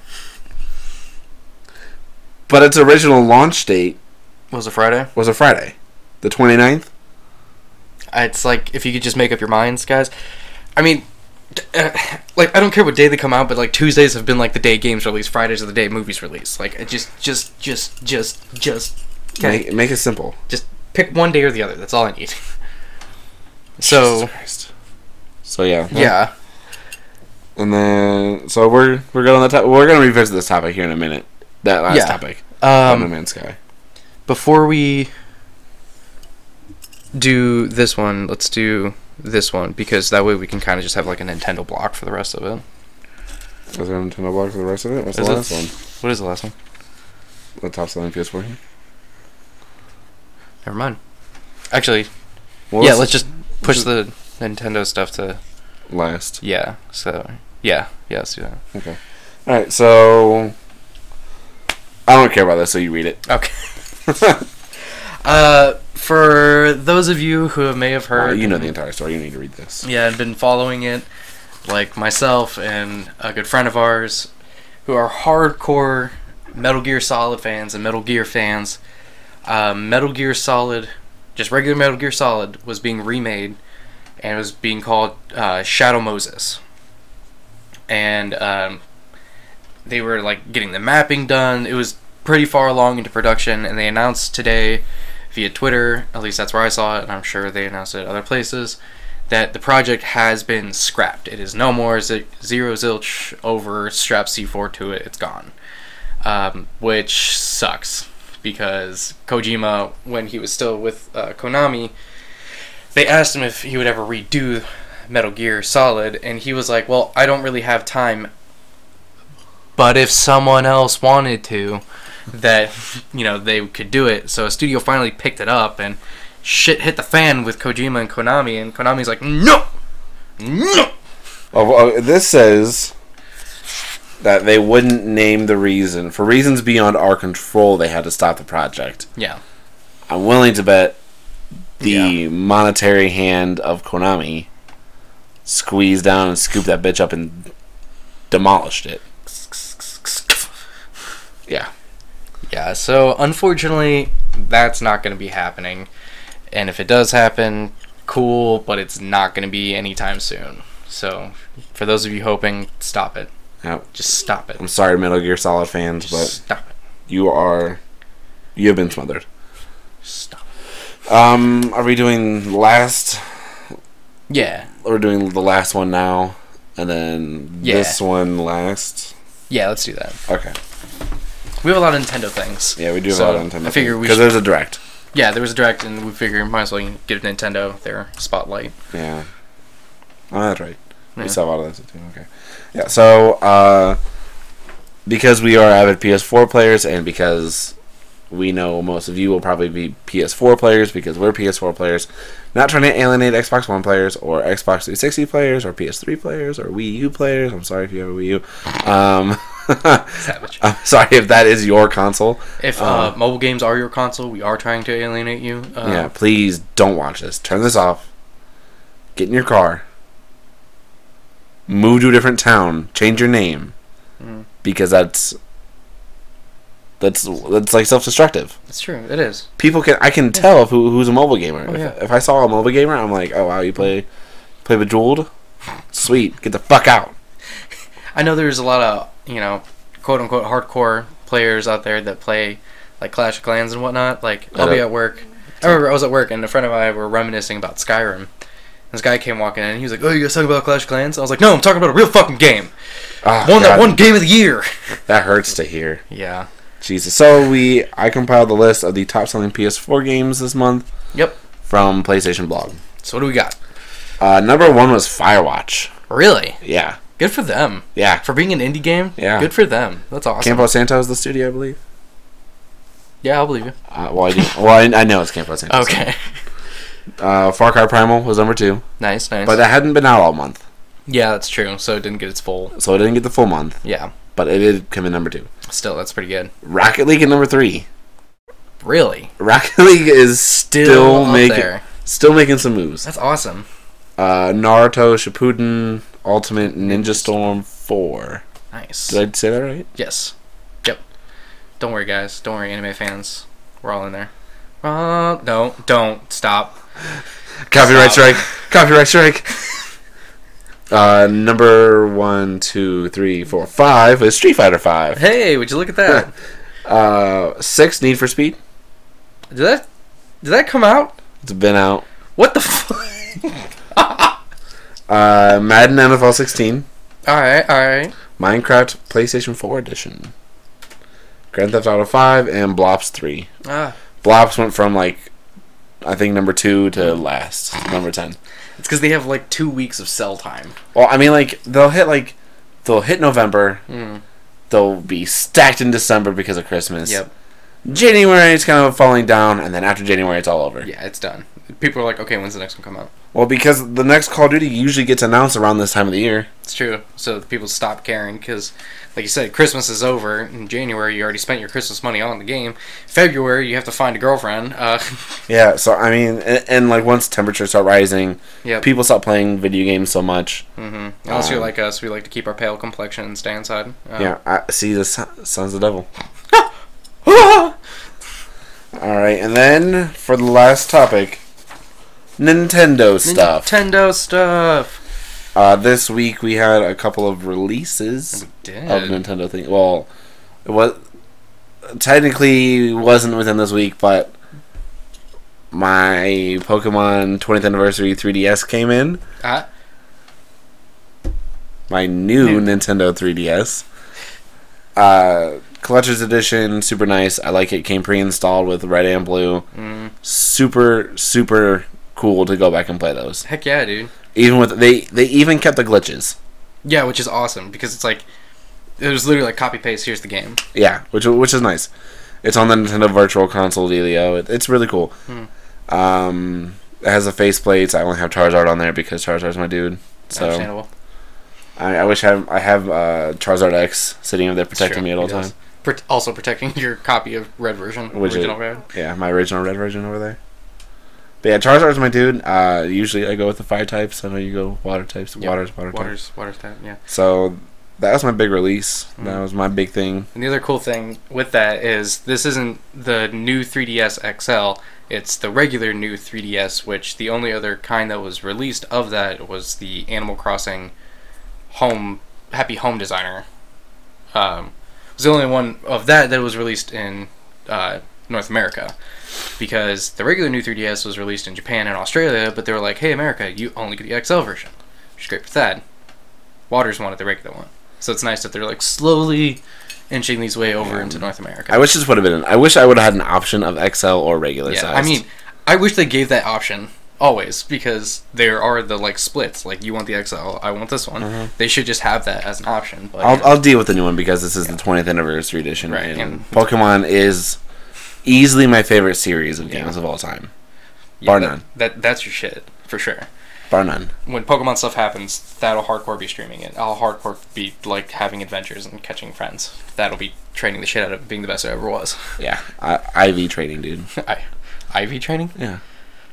Speaker 2: but its original launch date
Speaker 1: was it Friday?
Speaker 2: was a Friday, the 29th?
Speaker 1: Uh, It's like if you could just make up your minds, guys. I mean, t- uh, like I don't care what day they come out, but like Tuesdays have been like the day games release, Fridays are the day movies release. Like it just, just, just, just, just. Okay.
Speaker 2: Make, make it simple.
Speaker 1: Just pick one day or the other. That's all I need. So
Speaker 2: Jesus Christ. So yeah.
Speaker 1: yeah,
Speaker 2: And then, so we're we're going on that topic. We're going to revisit this topic here in a minute. That last
Speaker 1: Yeah.
Speaker 2: topic. Um, no
Speaker 1: um,
Speaker 2: Man's Sky.
Speaker 1: before we do this one, let's do this one because that way we can kind of just have like a Nintendo block for the rest of it.
Speaker 2: Is there a Nintendo block for the rest of it? What's
Speaker 1: Is
Speaker 2: the
Speaker 1: it-
Speaker 2: last one?
Speaker 1: What is the last one?
Speaker 2: The top selling PS4 game?
Speaker 1: Never mind. Actually,
Speaker 2: Well,
Speaker 1: yeah,
Speaker 2: let's-
Speaker 1: let's just push the Nintendo stuff to
Speaker 2: last.
Speaker 1: yeah. So yeah, yeah, let's do that.
Speaker 2: Okay. All right, so I don't care about this, so you read it.
Speaker 1: Okay. uh, for those of you who may have heard,
Speaker 2: Uh, you know the entire story. You need to read this.
Speaker 1: yeah, and been following it, like myself and a good friend of ours, who are hardcore Metal Gear Solid fans and Metal Gear fans. Um, Metal Gear Solid, just regular Metal Gear Solid, was being remade, and it was being called uh, Shadow Moses. And um, they were like getting the mapping done. It was pretty far along into production, and they announced today via Twitter. At least that's where I saw it, and I'm sure they announced it other places that the project has been scrapped. It is no more z- zero zilch over strap C4 to it. It's gone, um, which sucks because Kojima, when he was still with uh, Konami, they asked him if he would ever redo Metal Gear Solid, and he was like, "Well, I don't really have time." But if someone else wanted to, that you know they could do it. So a studio finally picked it up and shit hit the fan with Kojima and Konami, and Konami's like, no, no.
Speaker 2: Oh, oh, this says that they wouldn't name the reason. For reasons beyond our control, they had to stop the project.
Speaker 1: Yeah,
Speaker 2: I'm willing to bet the
Speaker 1: Yeah.
Speaker 2: monetary hand of Konami squeezed down and scooped that bitch up and demolished it. Yeah.
Speaker 1: yeah. So unfortunately, that's not going to be happening, and if it does happen, cool, but it's not going to be anytime soon. So for those of you hoping, stop it.
Speaker 2: Now,
Speaker 1: Just stop it.
Speaker 2: I'm sorry, Metal Gear Solid fans, but
Speaker 1: Stop it.
Speaker 2: you are you have been smothered.
Speaker 1: Stop.
Speaker 2: Um, are we doing last?
Speaker 1: It. Yeah,
Speaker 2: We're doing the last one now, and then
Speaker 1: Yeah.
Speaker 2: this one last.
Speaker 1: yeah. Let's do that.
Speaker 2: Okay.
Speaker 1: We have a lot of Nintendo things.
Speaker 2: Yeah, we do have
Speaker 1: So,
Speaker 2: a lot on time.
Speaker 1: I figure we
Speaker 2: because
Speaker 1: should.
Speaker 2: there's a direct.
Speaker 1: Yeah, there was a direct, and we figure might as well give Nintendo their spotlight.
Speaker 2: Yeah. Oh, that's right.
Speaker 1: Yeah.
Speaker 2: We saw all of that too. Okay. Yeah. So, uh, because we are avid PS4 players, and because we know most of you will probably be PS4 players because we're PS4 players, not trying to alienate Xbox One players or Xbox 360 players or PS3 players or Wii U players. I'm sorry if you have a Wii U. Um,
Speaker 1: Savage.
Speaker 2: I'm sorry if that is your console.
Speaker 1: If uh, mobile games are your console, we are trying to alienate you. Uh,
Speaker 2: yeah, please don't watch this. Turn this off. Get in your car. move to a different town, change your name,
Speaker 1: Mm.
Speaker 2: because that's that's that's like self-destructive.
Speaker 1: It's true. It is.
Speaker 2: People can I can tell if who, who's a mobile gamer.
Speaker 1: Oh,
Speaker 2: if,
Speaker 1: yeah.
Speaker 2: if I saw a mobile gamer, I'm like, oh wow, you play play Bejeweled, sweet, get the fuck out.
Speaker 1: I know there's a lot of you know, quote unquote hardcore players out there that play like Clash of Clans and whatnot. Like I'll be
Speaker 2: Yeah.
Speaker 1: at work. I remember I was at work and a friend of mine were reminiscing about Skyrim. And This guy came walking in and he was like, "Oh, you guys talking about Clash of Clans?" I was like, "No, I'm talking about a real fucking game.
Speaker 2: Ah,
Speaker 1: One that
Speaker 2: God,
Speaker 1: one game of the year."
Speaker 2: that hurts to hear.
Speaker 1: Yeah.
Speaker 2: Jesus. So we I compiled the list of the top selling PS4 games this month
Speaker 1: Yep.
Speaker 2: from PlayStation Blog.
Speaker 1: So what do we got?
Speaker 2: Uh, number one was Firewatch.
Speaker 1: Really?
Speaker 2: Yeah,
Speaker 1: Good for them.
Speaker 2: yeah.
Speaker 1: For being an indie game,
Speaker 2: Yeah.
Speaker 1: good for them. That's awesome.
Speaker 2: Campo Santo is the studio, I believe.
Speaker 1: yeah, I'll believe you.
Speaker 2: Uh, well, I do. well, I, I know it's Campo Santo.
Speaker 1: Okay.
Speaker 2: Uh, Far Cry Primal was number two,
Speaker 1: nice, nice.
Speaker 2: but that hadn't been out all month,
Speaker 1: yeah, that's true. So it didn't get its full.
Speaker 2: so it didn't get the full month.
Speaker 1: Yeah.
Speaker 2: But it did come in number two.
Speaker 1: Still, that's pretty good.
Speaker 2: Rocket League at number three.
Speaker 1: Really?
Speaker 2: Rocket League is still,
Speaker 1: up
Speaker 2: making
Speaker 1: there.
Speaker 2: still making some moves.
Speaker 1: That's awesome.
Speaker 2: Uh, Naruto Shippuden Ultimate Ninja Storm Four.
Speaker 1: Nice.
Speaker 2: Did I say that right?
Speaker 1: yes. Yep. Don't worry, guys. Don't worry, anime fans. We're all in there. Uh, no, don't stop.
Speaker 2: Copyright
Speaker 1: Stop.
Speaker 2: strike. Copyright strike. uh, number one, two, three, four, five is Street Fighter Five.
Speaker 1: Hey, would you look at that?
Speaker 2: Uh, six Need for Speed.
Speaker 1: did that? Did that come out?
Speaker 2: It's been out.
Speaker 1: What the? Fuck?
Speaker 2: Uh, Madden NFL 16,
Speaker 1: all right, all right.
Speaker 2: Minecraft PlayStation 4 edition, Grand Theft Auto 5, and Blops 3.
Speaker 1: Ah,
Speaker 2: Blops went from like, I think number two to last number ten.
Speaker 1: it's because they have like two weeks of sell time.
Speaker 2: Well, I mean, like they'll hit like they'll hit November.
Speaker 1: Hmm.
Speaker 2: They'll be stacked in December because of Christmas.
Speaker 1: Yep.
Speaker 2: January it's kind of falling down, and then after January it's all over.
Speaker 1: Yeah, it's done. People are like, okay, when's the next one come out?
Speaker 2: Well, because the next Call of Duty usually gets announced around this time of the year.
Speaker 1: It's true. So the people stop caring because, like you said, Christmas is over. In January, you already spent your Christmas money on the game. February, you have to find a girlfriend. Uh,
Speaker 2: Yeah. So I mean, and, and like once temperatures start rising,
Speaker 1: yep.
Speaker 2: people stop playing video games so much.
Speaker 1: hmm Unless you're
Speaker 2: Um,
Speaker 1: like us, we like to keep our pale complexion and stay inside. Uh,
Speaker 2: Yeah, I see. The son- son's the devil. All right, and then for the last topic, Nintendo stuff.
Speaker 1: Nintendo stuff.
Speaker 2: Uh, this week we had a couple of releases
Speaker 1: Did.
Speaker 2: of Nintendo thing. Well, it was technically wasn't within this week, but my Pokemon 20th anniversary 3DS came in.
Speaker 1: Ah,
Speaker 2: my new
Speaker 1: New-
Speaker 2: Nintendo 3DS. Uh, collector's edition, super nice. I like it. Came pre-installed with red and blue.
Speaker 1: mm,
Speaker 2: Super, super cool to go back and play those.
Speaker 1: heck yeah, dude.
Speaker 2: Even with they, they even kept the glitches.
Speaker 1: Yeah, which is awesome because it's like it was literally like copy paste. Here's the game.
Speaker 2: Yeah, which which is nice. It's on the Nintendo Virtual Console dealio. It, it's really cool.
Speaker 1: Hmm.
Speaker 2: Um, it has the face plates. I only have Charizard on there because Charizard's my dude. So
Speaker 1: Understandable.
Speaker 2: I, I wish I have, I have uh, Charizard X sitting over there
Speaker 1: It's
Speaker 2: protecting
Speaker 1: true.
Speaker 2: me at all
Speaker 1: It does.
Speaker 2: times.
Speaker 1: Pro- also protecting your copy of Red version,
Speaker 2: Which is-
Speaker 1: original Red.
Speaker 2: Yeah, my original red version over there. But yeah, Charizard's my dude. Uh, usually I go with the fire types. I know you go water types.
Speaker 1: Yep.
Speaker 2: Water's water type.
Speaker 1: Waters, Waters type, yeah.
Speaker 2: So that was my big release. That
Speaker 1: Mm.
Speaker 2: was my big thing.
Speaker 1: And the other cool thing with that is this isn't the new 3DS XL. It's the regular new 3DS, which the only other kind that was released of that was the Animal Crossing Home Happy Home Designer. Um, it was the only one of that that was released in uh, North America, because the regular new 3DS was released in Japan and Australia, but they were like, "Hey, America, you only get the XL version." Which is great for that. Waters wanted the regular one, so it's nice that they're like slowly inching these way over into North America.
Speaker 2: I wish this would have been. In. I wish I would have had an option of XL or regular
Speaker 1: yeah,
Speaker 2: size.
Speaker 1: I mean, I wish they gave that option always because there are the like splits. Like you want the XL, I want this one. They should just have that as an option. But
Speaker 2: Mm-hmm. I'll, I'll deal with the new one because this is the 20th anniversary edition.
Speaker 1: Right,
Speaker 2: And
Speaker 1: and-
Speaker 2: Pokemon is easily my favorite series of
Speaker 1: Yeah.
Speaker 2: games of all time,
Speaker 1: yeah,
Speaker 2: bar
Speaker 1: that-
Speaker 2: none.
Speaker 1: that that's your shit for sure.
Speaker 2: bar none.
Speaker 1: when Pokemon stuff happens, that'll hardcore be streaming it. I'll hardcore be like having adventures and catching friends. That'll be training the shit out of being the best I ever was.
Speaker 2: Yeah, I, IV training, dude.
Speaker 1: I, Ivy training?
Speaker 2: Yeah.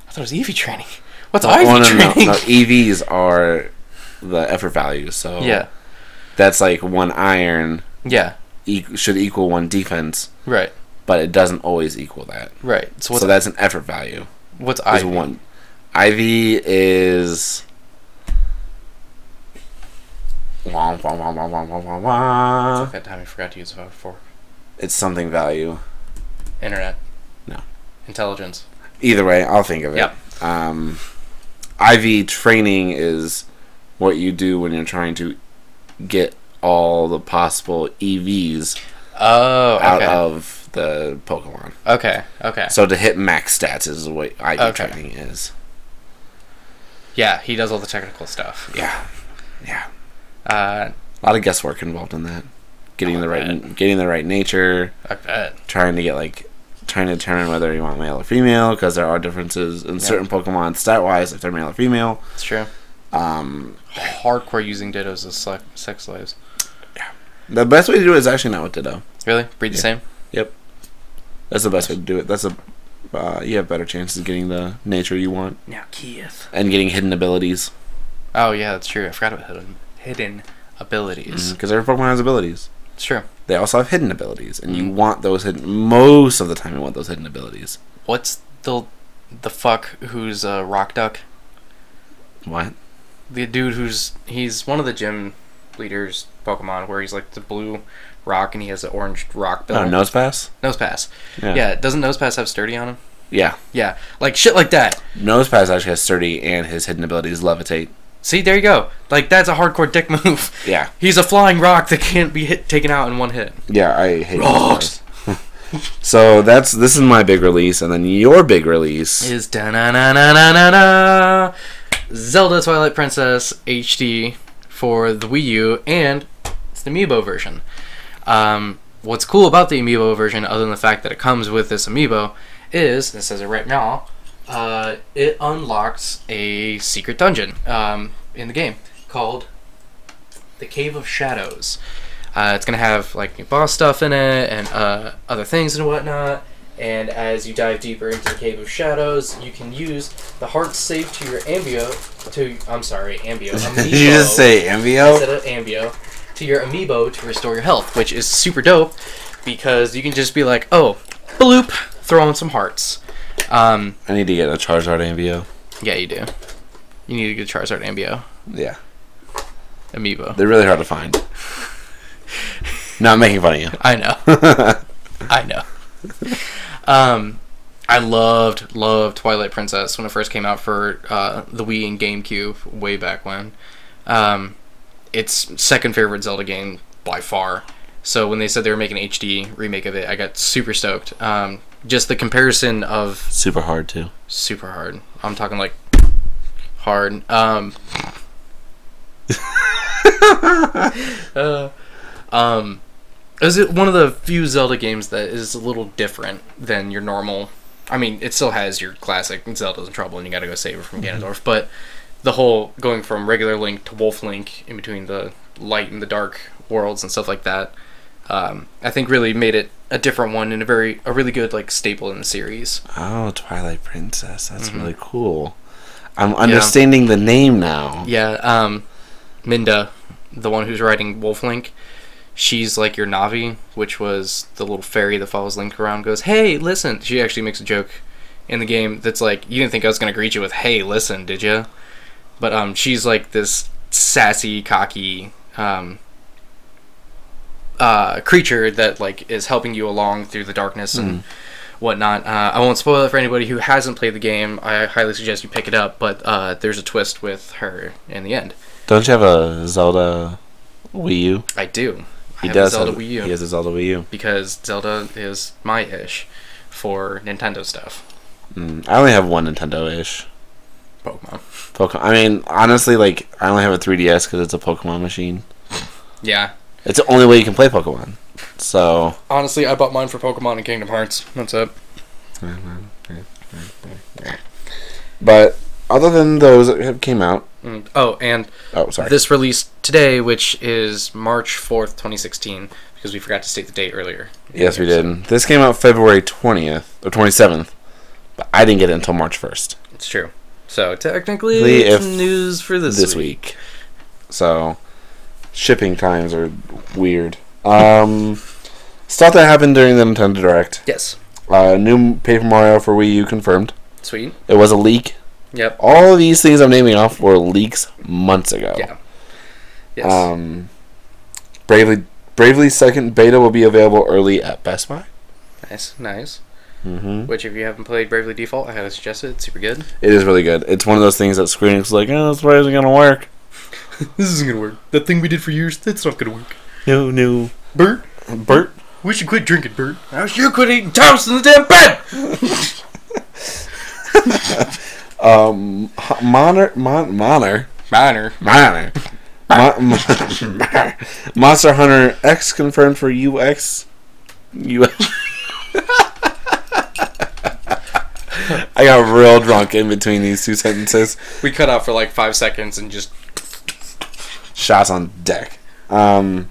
Speaker 1: I thought it was Eevee training. What's Ivy
Speaker 2: Oh, no, no,
Speaker 1: training?
Speaker 2: no, no. EVs are the effort value. So
Speaker 1: Yeah.
Speaker 2: that's like one iron
Speaker 1: Yeah.
Speaker 2: e- should equal one defense,
Speaker 1: Right.
Speaker 2: but it doesn't always equal that.
Speaker 1: Right. So what's
Speaker 2: so that's an effort value.
Speaker 1: what's
Speaker 2: Is
Speaker 1: I
Speaker 2: one. Ivy is. Wah, wah, wah, wah, wah, wah, wah, wah.
Speaker 1: that time I forgot to use it for
Speaker 2: It's something value.
Speaker 1: internet.
Speaker 2: No.
Speaker 1: Intelligence.
Speaker 2: Either way, I'll think of it. Um, IV training is what you do when you're trying to get all the possible EVs
Speaker 1: Oh. Okay.
Speaker 2: out of the Pokemon.
Speaker 1: okay. Okay.
Speaker 2: So to hit max stats is what IV
Speaker 1: Okay.
Speaker 2: training is.
Speaker 1: Yeah. He does all the technical stuff.
Speaker 2: Yeah, yeah.
Speaker 1: Uh,
Speaker 2: A lot of guesswork involved in that. Getting the right, getting the right nature.
Speaker 1: I bet.
Speaker 2: Trying to get like, trying to determine whether you want male or female because there are differences in certain Pokemon stat wise if they're male or female.
Speaker 1: It's true.
Speaker 2: Um,
Speaker 1: Hardcore using dittos as sle- sex slaves.
Speaker 2: the best way to do it is actually not with Ditto.
Speaker 1: Really? Breed the
Speaker 2: Yeah.
Speaker 1: same?
Speaker 2: That's the best way to do it. That's a uh, you have better chances of getting the nature you want
Speaker 1: Now, Keith.
Speaker 2: and getting hidden abilities
Speaker 1: Oh, yeah, that's true. I forgot about hidden, hidden abilities.
Speaker 2: because Mm-hmm. every Pokemon has abilities.
Speaker 1: It's true.
Speaker 2: They also have hidden abilities, and you want those hidden. Most of the time, you want those hidden abilities.
Speaker 1: What's the the fuck who's a rock duck?
Speaker 2: What?
Speaker 1: The dude who's he's one of the gym leaders Pokemon where he's like the blue rock and he has the orange rock bill.
Speaker 2: Oh, nose pass.
Speaker 1: Nose pass.
Speaker 2: Yeah.
Speaker 1: Yeah. doesn't nose pass have sturdy on him?
Speaker 2: Yeah.
Speaker 1: Yeah, like shit like that.
Speaker 2: Nose pass actually has sturdy, and his hidden abilities levitate.
Speaker 1: See, there you go. Like that's a hardcore dick move.
Speaker 2: Yeah.
Speaker 1: He's a flying rock that can't be hit taken out in one hit.
Speaker 2: Yeah, I hate
Speaker 1: Rocks.
Speaker 2: so that's this is my big release, and then your big release.
Speaker 1: is da na na na na na na Zelda Twilight Princess HD for the Wii U, and it's the amiibo version. Um, what's cool about the amiibo version, other than the fact that it comes with this amiibo, is this says it right now. Uh, it unlocks a secret dungeon um, in the game called the Cave of Shadows. Uh, it's gonna have like new boss stuff in it and uh, other things and whatnot. And as you dive deeper into the Cave of Shadows, you can use the hearts saved to your ambio. To I'm sorry, ambio.
Speaker 2: Did you just
Speaker 1: amiibo
Speaker 2: say Envio?
Speaker 1: instead of Ambio to your amiibo to restore your health, which is super dope because you can just be like, oh, bloop, throw in some hearts. Um,
Speaker 2: I need to get a Charizard Envio.
Speaker 1: yeah, you do. You need to get Charizard Ambio
Speaker 2: Yeah.
Speaker 1: amiibo.
Speaker 2: They're really hard to find. Not making fun of you.
Speaker 1: I know. I know. Um, I loved loved Twilight Princess when it first came out for uh, the Wii and GameCube way back when. Um, it's second favorite Zelda game by far. So when they said they were making an HD remake of it, I got super stoked. Um, just the comparison of
Speaker 2: Super hard too.
Speaker 1: super hard. I'm talking like hard. Um, uh, um, is it one of the few Zelda games that is a little different than your normal? I mean, it still has your classic Zelda's in trouble and you got to go save her from Ganondorf, but the whole going from regular Link to Wolf Link in between the light and the dark worlds and stuff like that, um, I think really made it a different one and a very a really good like staple in the series.
Speaker 2: Oh, Twilight Princess. That's
Speaker 1: Mm-hmm.
Speaker 2: really cool. I'm understanding the name now.
Speaker 1: Yeah, um, Minda, the one who's riding Wolf Link, she's like your Navi, which was the little fairy that follows Link around. Goes, hey, listen. She actually makes a joke in the game that's like, you didn't think I was gonna greet you with, hey, listen, did you? But um, she's like this sassy, cocky um, uh, creature that like is helping you along through the darkness and whatnot. Uh, I won't spoil it for anybody who hasn't played the game. I highly suggest you pick it up. But uh, there's a twist with her in the end.
Speaker 2: Don't you have a Zelda Wii U?
Speaker 1: I do. I have a Zelda
Speaker 2: have-
Speaker 1: Wii U
Speaker 2: He has a Zelda Wii U.
Speaker 1: because Zelda is my ish for Nintendo stuff.
Speaker 2: Mm, I only have one Nintendo-ish.
Speaker 1: Pokemon.
Speaker 2: Pokemon. I mean, honestly, like I only have a 3DS because it's a Pokemon machine.
Speaker 1: Yeah.
Speaker 2: It's the only way you can play Pokemon. So
Speaker 1: Honestly, I bought mine for Pokemon and Kingdom Hearts. That's it.
Speaker 2: But other than those that have came out,
Speaker 1: Mm. Oh, and
Speaker 2: oh sorry,
Speaker 1: this released today, which is March 4th, 2016, because we forgot to state the date earlier.
Speaker 2: yes we did. This came out February twentieth or twenty seventh, but I didn't get it until March first
Speaker 1: It's true. So technically,
Speaker 2: Lee,
Speaker 1: it's
Speaker 2: if
Speaker 1: news for this,
Speaker 2: this
Speaker 1: week.
Speaker 2: week. so shipping times are weird. Um, stuff that happened during the Nintendo Direct.
Speaker 1: Yes.
Speaker 2: Uh, new Paper Mario for Wii U confirmed.
Speaker 1: Sweet.
Speaker 2: It was a leak.
Speaker 1: Yep.
Speaker 2: All of these things I'm naming off were leaks months ago.
Speaker 1: Yeah. Yes.
Speaker 2: Um, Bravely Bravely's second beta will be available early at Best Buy.
Speaker 1: nice. Nice.
Speaker 2: Mm-hmm.
Speaker 1: Which, if you haven't played Bravely Default, I highly suggest it. It's super good.
Speaker 2: It is really good. It's one of those things that Square Enix is like, oh, this probably isn't gonna work.
Speaker 1: This isn't gonna work. That thing we did for years, that's not gonna work.
Speaker 2: No, no.
Speaker 1: Bert,
Speaker 2: Bert,
Speaker 1: we should quit drinking, Bert. I should quit eating toast in the damn bed.
Speaker 2: um, H- Monor, Mon, Monor,
Speaker 1: Minor.
Speaker 2: Monor, Mon- Mon- Monster Hunter X confirmed for UX. UX. I got real drunk in between these two sentences.
Speaker 1: We cut out for like five seconds and just
Speaker 2: Shots on deck. Um,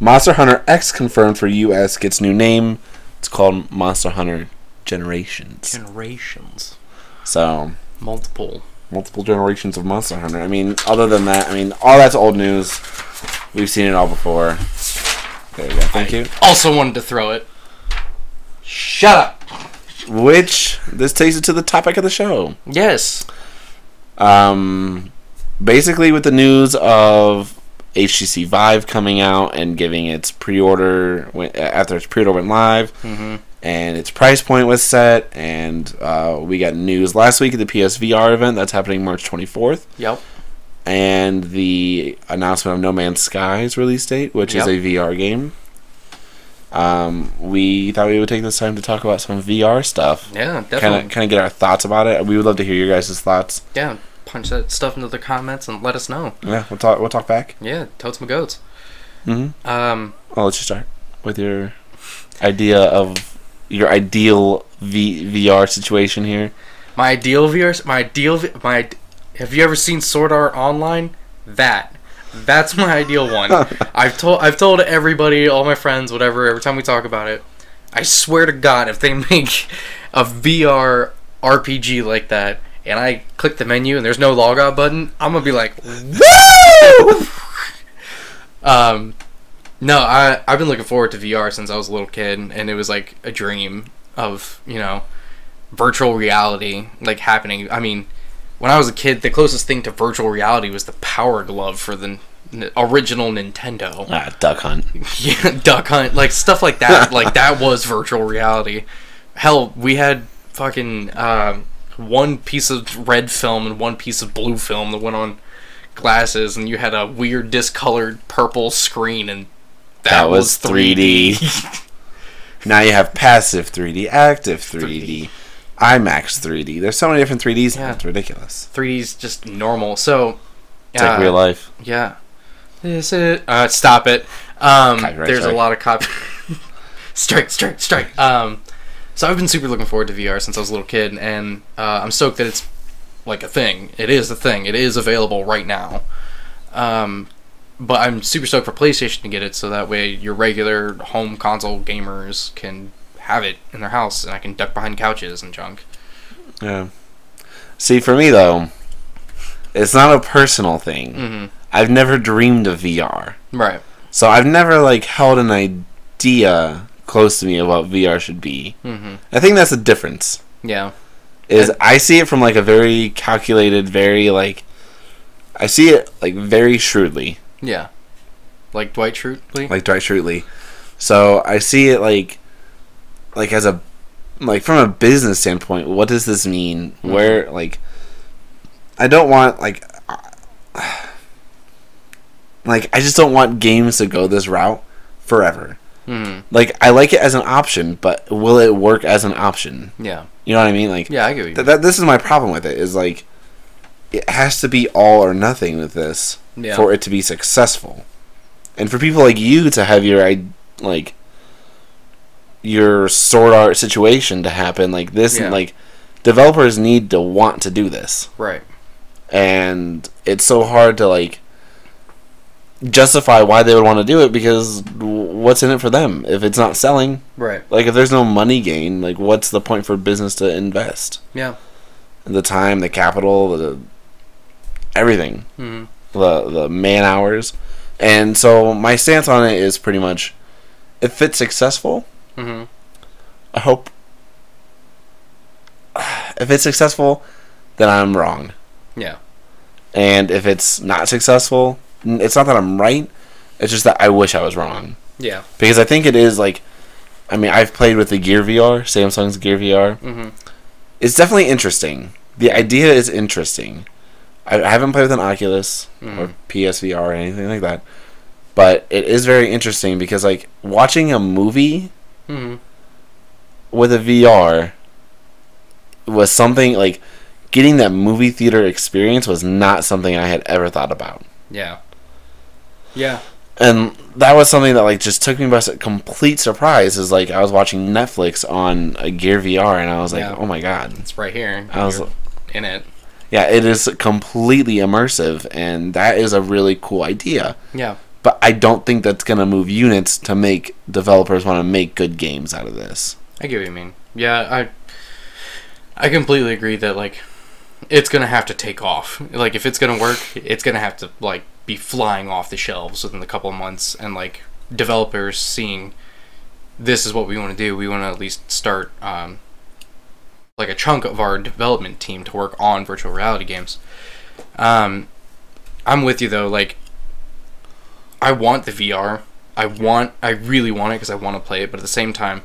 Speaker 2: Monster Hunter X confirmed for US gets new name. It's called Monster Hunter Generations.
Speaker 1: generations,
Speaker 2: So
Speaker 1: multiple.
Speaker 2: multiple generations of Monster Hunter. I mean, other than that, I mean, all that's old news. We've seen it all before. There you go. Thank you.
Speaker 1: Also wanted to throw it. Shut up.
Speaker 2: Which this takes it to the topic of the show.
Speaker 1: Yes.
Speaker 2: Um, basically, with the news of HTC Vive coming out and giving its pre-order when, after its pre-order went live,
Speaker 1: Mm-hmm.
Speaker 2: and its price point was set, and uh, we got news last week at the PSVR event that's happening March 24th.
Speaker 1: Yep.
Speaker 2: and the announcement of No Man's Sky's release date, which
Speaker 1: Yep.
Speaker 2: is a VR game. Um, we thought we would take this time to talk about some VR stuff.
Speaker 1: Yeah, definitely.
Speaker 2: Kind of, kind of get our thoughts about it. We would love to hear your guys' thoughts.
Speaker 1: Yeah, punch that stuff into the comments and let us know.
Speaker 2: Yeah, we'll talk. We'll talk back.
Speaker 1: Yeah, totes my goats.
Speaker 2: Mm-hmm.
Speaker 1: Um,
Speaker 2: Well, let's just start with your idea of your ideal v- VR situation here.
Speaker 1: my ideal viewers, my ideal, vi- my. Have you ever seen Sword Art Online? That. That's my ideal one. I've told I've told everybody, all my friends, whatever. Every time we talk about it, I swear to God, if they make a VR RPG like that, and I click the menu and there's no logout button, I'm gonna be like,
Speaker 2: Woo!
Speaker 1: Um, no, I I've been looking forward to VR since I was a little kid, and it was like a dream of you know virtual reality like happening. I mean, when I was a kid, the closest thing to virtual reality was the Power Glove for the n- original Nintendo.
Speaker 2: ah, duck hunt.
Speaker 1: Yeah, Duck Hunt, like stuff like that. like that was virtual reality. Hell, we had fucking um, one piece of red film and one piece of blue film that went on glasses, and you had a weird discolored purple screen, and that,
Speaker 2: That was 3D. now you have passive 3D, active 3D, IMAX 3D. There's so many different 3Ds. now,
Speaker 1: Yeah.
Speaker 2: It's ridiculous.
Speaker 1: 3D's just normal. So,
Speaker 2: It's like
Speaker 1: uh,
Speaker 2: real life.
Speaker 1: Yeah. Is it? Uh, stop it. Um,
Speaker 2: Copyright
Speaker 1: there's
Speaker 2: strike.
Speaker 1: a lot of copy. strike, strike, strike. Um, so I've been super looking forward to VR since I was a little kid, and uh, I'm stoked that it's like a thing. It is a thing. It is available right now. Um, but I'm super stoked for PlayStation to get it, so that way your regular home console gamers can have it in their house, and I can duck behind couches and junk.
Speaker 2: Yeah. See, for me though, it's not a personal thing.
Speaker 1: Mm-hmm.
Speaker 2: I've never dreamed of VR,
Speaker 1: Right.
Speaker 2: so I've never like held an idea close to me of what VR should be.
Speaker 1: Mm-hmm.
Speaker 2: I think that's the difference.
Speaker 1: Yeah.
Speaker 2: is I see it from like a very calculated, very like I see it like very shrewdly,
Speaker 1: Yeah. Like Dwight Schrute.
Speaker 2: like Dwight shrewdly. So I see it like like as a like from a business standpoint, what does this mean? Where like I don't want like I- like I just don't want games to go this route forever.
Speaker 1: Mm.
Speaker 2: Like I like it as an option, but will it work as an option?
Speaker 1: Yeah.
Speaker 2: You know what I mean? Like
Speaker 1: Yeah, I get what you
Speaker 2: Th- that this is my problem with it is like it has to be all or nothing with this
Speaker 1: Yeah.
Speaker 2: for it to be successful and for people like you to have your i- like your sword art situation to happen like this
Speaker 1: Yeah.
Speaker 2: like developers need to want to do this
Speaker 1: Right.
Speaker 2: and it's so hard to like justify why they would want to do it because w- what's in it for them if it's not selling
Speaker 1: Right.
Speaker 2: like if there's no money gain like what's the point for business to invest
Speaker 1: Yeah.
Speaker 2: the time, the capital, the everything.
Speaker 1: hmm
Speaker 2: the the man hours, and so my stance on it is pretty much, if it's successful,
Speaker 1: hmm
Speaker 2: I hope. If it's successful, then I'm wrong.
Speaker 1: Yeah.
Speaker 2: And if it's not successful, n- it's not that I'm right. It's just that I wish I was wrong.
Speaker 1: Yeah.
Speaker 2: Because I think it is like, I mean, I've played with the Gear VR, Samsung's Gear VR.
Speaker 1: hmm
Speaker 2: It's definitely interesting. The idea is interesting. I, I haven't played with an Oculus or
Speaker 1: Mhm.
Speaker 2: PSVR or anything like that. But it is very interesting because, like, watching a movie
Speaker 1: hmm
Speaker 2: with a VR was something like getting that movie theater experience was not something I had ever thought about.
Speaker 1: Yeah. Yeah.
Speaker 2: And that was something that like just took me by su- complete surprise is like I was watching Netflix on a Gear VR and I was like,
Speaker 1: Yeah.
Speaker 2: "Oh my god."
Speaker 1: It's right here.
Speaker 2: I was
Speaker 1: You're in it.
Speaker 2: yeah, it is completely immersive and that is a really cool idea.
Speaker 1: Yeah.
Speaker 2: But I don't think that's going to move units to make developers want to make good games out of this.
Speaker 1: I get what you mean. Yeah, I I completely agree that like it's gonna have to take off. Like if it's gonna work, it's gonna have to like be flying off the shelves within a couple of months and like developers seeing this is what we want to do, we want to at least start um, like a chunk of our development team to work on virtual reality games. Um, I'm with you though. Like, I want the VR. I want. I really want it because I want to play it. But at the same time,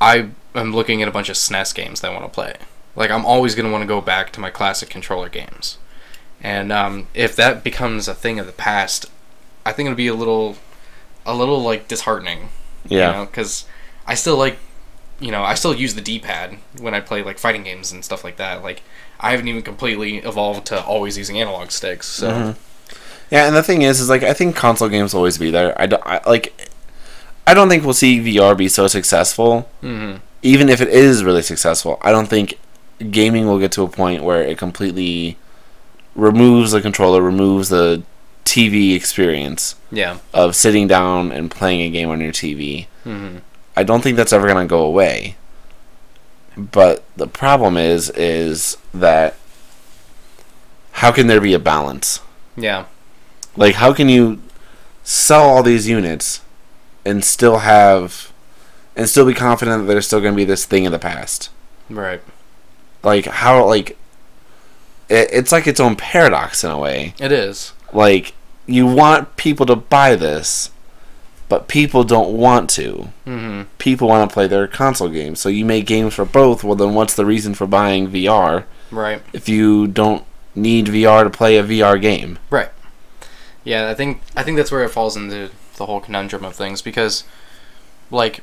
Speaker 1: I am looking at a bunch of SNES games that I want to play. Like, I'm always going to want to go back to my classic controller games. And um, if that becomes a thing of the past, I think it'll be a little, a little like disheartening
Speaker 2: Yeah.
Speaker 1: you know because i still like you know i still use the d-pad when i play like fighting games and stuff like that like i haven't even completely evolved to always using analog sticks so
Speaker 2: Yeah, and the thing is, is like I think console games will always be there. I don't I, like. I don't think we'll see VR be so successful.
Speaker 1: Mhm.
Speaker 2: Even if it is really successful, I don't think gaming will get to a point where it completely removes the controller, removes the TV experience
Speaker 1: yeah
Speaker 2: of sitting down and playing a game on your TV.
Speaker 1: hmm
Speaker 2: I don't think that's ever going to go away. But the problem is, is that how can there be a balance?
Speaker 1: yeah
Speaker 2: Like, how can you sell all these units and still have and still be confident that there's still going to be this thing in the past?
Speaker 1: right
Speaker 2: Like, how, like, it, it's like its own paradox in a way.
Speaker 1: it is
Speaker 2: Like, you want people to buy this, but people don't want to.
Speaker 1: mm-hmm.
Speaker 2: People want to play their console games, so you make games for both. Well, then what's the reason for buying VR
Speaker 1: right
Speaker 2: if you don't need VR to play a VR game?
Speaker 1: right yeah i think i think that's where it falls into the whole conundrum of things because like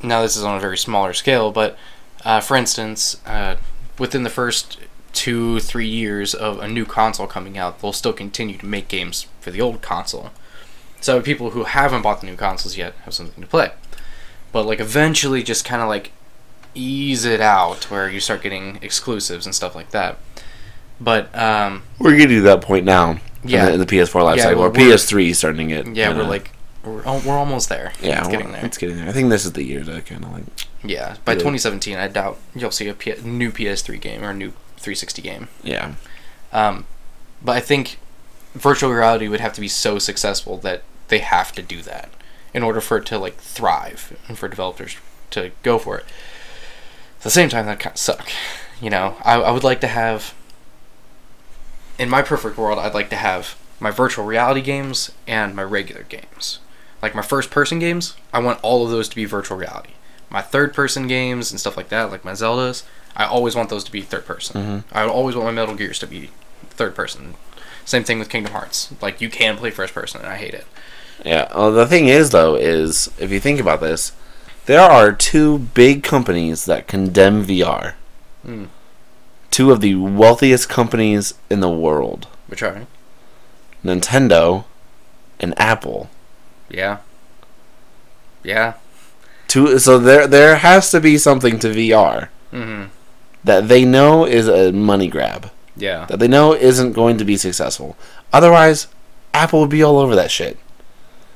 Speaker 1: now this is on a very smaller scale but uh, for instance uh, within the first two three years of a new console coming out they'll still continue to make games for the old console so people who haven't bought the new consoles yet have something to play but like eventually just kind of like ease it out where you start getting exclusives and stuff like that but um,
Speaker 2: We're getting to that point now.
Speaker 1: Yeah.
Speaker 2: In the, in the PS4 life
Speaker 1: Yeah,
Speaker 2: cycle, or
Speaker 1: we're- we're-
Speaker 2: PS3 is starting to get.
Speaker 1: yeah,
Speaker 2: you
Speaker 1: we're
Speaker 2: know,
Speaker 1: like we're, al- we're almost there.
Speaker 2: Yeah,
Speaker 1: it's
Speaker 2: we're-
Speaker 1: getting there.
Speaker 2: It's getting there. I think this is the year that kind of like.
Speaker 1: yeah, by
Speaker 2: really-
Speaker 1: 2017, I doubt you'll see a P- new PS3 game or a new 360 game.
Speaker 2: Yeah.
Speaker 1: Um, but I think virtual reality would have to be so successful that they have to do that in order for it to like thrive and for developers to go for it. At the same time, that kind of suck. You know, I, I would like to have. In my perfect world, I'd like to have my virtual reality games and my regular games. Like my first person games, I want all of those to be virtual reality. My third person games and stuff like that, like my Zeldas, I always want those to be third person. I always want my Metal Gears to be third person. Same thing with Kingdom Hearts. Like you can play first person, and I hate it.
Speaker 2: Yeah. Well, the thing is, though, is if you think about this, there are two big companies that condemn VR.
Speaker 1: Mm.
Speaker 2: Two of the wealthiest companies in the world
Speaker 1: Which are
Speaker 2: Nintendo and Apple.
Speaker 1: yeah, yeah,
Speaker 2: Two, so there, there has to be something to VR
Speaker 1: mm-hmm.
Speaker 2: that they know is a money grab.
Speaker 1: yeah,
Speaker 2: that they know isn't going to be successful. Otherwise, Apple would be all over that shit.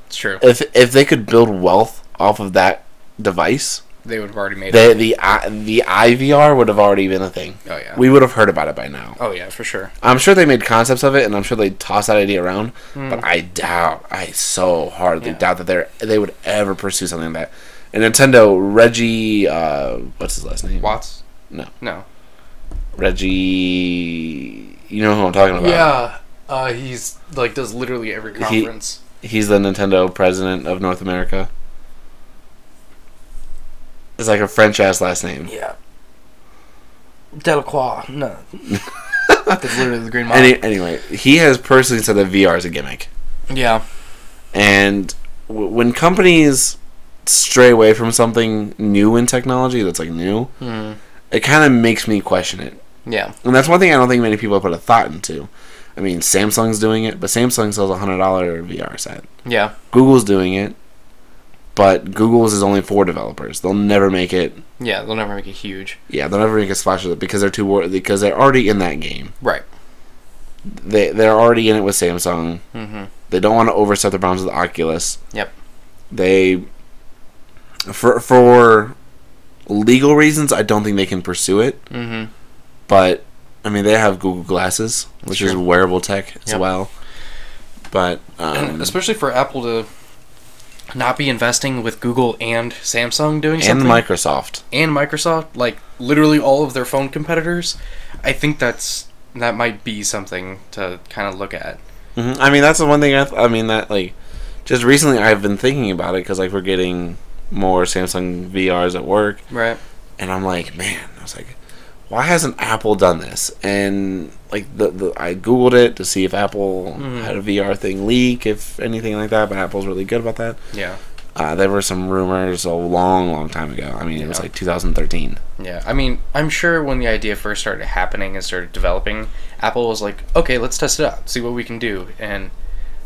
Speaker 1: it's true.
Speaker 2: If if they could build wealth off of that device,
Speaker 1: they would have already made
Speaker 2: The the I- the IVR would have already been a thing.
Speaker 1: it. Oh yeah.
Speaker 2: We would have heard about it by now.
Speaker 1: oh yeah, for sure.
Speaker 2: I'm sure they made concepts of it, and I'm sure they tossed that idea around. But I doubt, I so hardly
Speaker 1: Mm. Yeah.
Speaker 2: doubt that they they would ever pursue something like that. And Nintendo, Reggie, uh, what's his last name?
Speaker 1: Watts?
Speaker 2: No.
Speaker 1: No.
Speaker 2: Reggie, you know who I'm talking about?
Speaker 1: Yeah. Uh, he's like does literally every conference.
Speaker 2: He's the Nintendo president of North America. It's like a French ass last name.
Speaker 1: yeah. Delacroix. No. That's literally the Green Mile.
Speaker 2: Any, anyway, he has personally said that VR is a gimmick.
Speaker 1: yeah.
Speaker 2: And w- when companies stray away from something new in technology that's like new,
Speaker 1: Hmm.
Speaker 2: it kind of makes me question it.
Speaker 1: Yeah.
Speaker 2: And that's one thing I don't think many people have put a thought into. I mean, Samsung's doing it, but Samsung sells a $100 VR set.
Speaker 1: Yeah.
Speaker 2: Google's doing it, but Google's is only for developers. They'll never make it.
Speaker 1: Yeah. They'll never make it huge.
Speaker 2: Yeah, they'll never make a splash of it because they're too wor- because they're already in that game.
Speaker 1: Right.
Speaker 2: They they're already in it with Samsung.
Speaker 1: Mm-hmm.
Speaker 2: They don't want to overstep the bounds of the Oculus.
Speaker 1: Yep.
Speaker 2: They for for legal reasons, I don't think they can pursue it.
Speaker 1: Mm-hmm.
Speaker 2: But I mean, they have Google Glasses, which is
Speaker 1: true.
Speaker 2: wearable tech as
Speaker 1: Yep.
Speaker 2: well. But um,
Speaker 1: And especially for Apple to not be investing with Google and Samsung doing
Speaker 2: and
Speaker 1: something
Speaker 2: Microsoft.
Speaker 1: and Microsoft, like literally all of their phone competitors, I think that's that might be something to kind of look at.
Speaker 2: hmm I mean, that's the one thing. I, th- I mean, that like just recently I've been thinking about it because like we're getting more Samsung VRs at work,
Speaker 1: Right.
Speaker 2: and I'm like, man, I was like, why hasn't Apple done this? And like the, the I googled it to see if Apple
Speaker 1: Mhm.
Speaker 2: had a VR thing leak, if anything like that. But Apple's really good about that.
Speaker 1: Yeah.
Speaker 2: Uh, there were some rumors a long, long time ago. I mean, it was
Speaker 1: Yeah.
Speaker 2: like 2013.
Speaker 1: Yeah, I mean, I'm sure when the idea first started happening and started developing, Apple was like, okay, let's test it out, see what we can do. And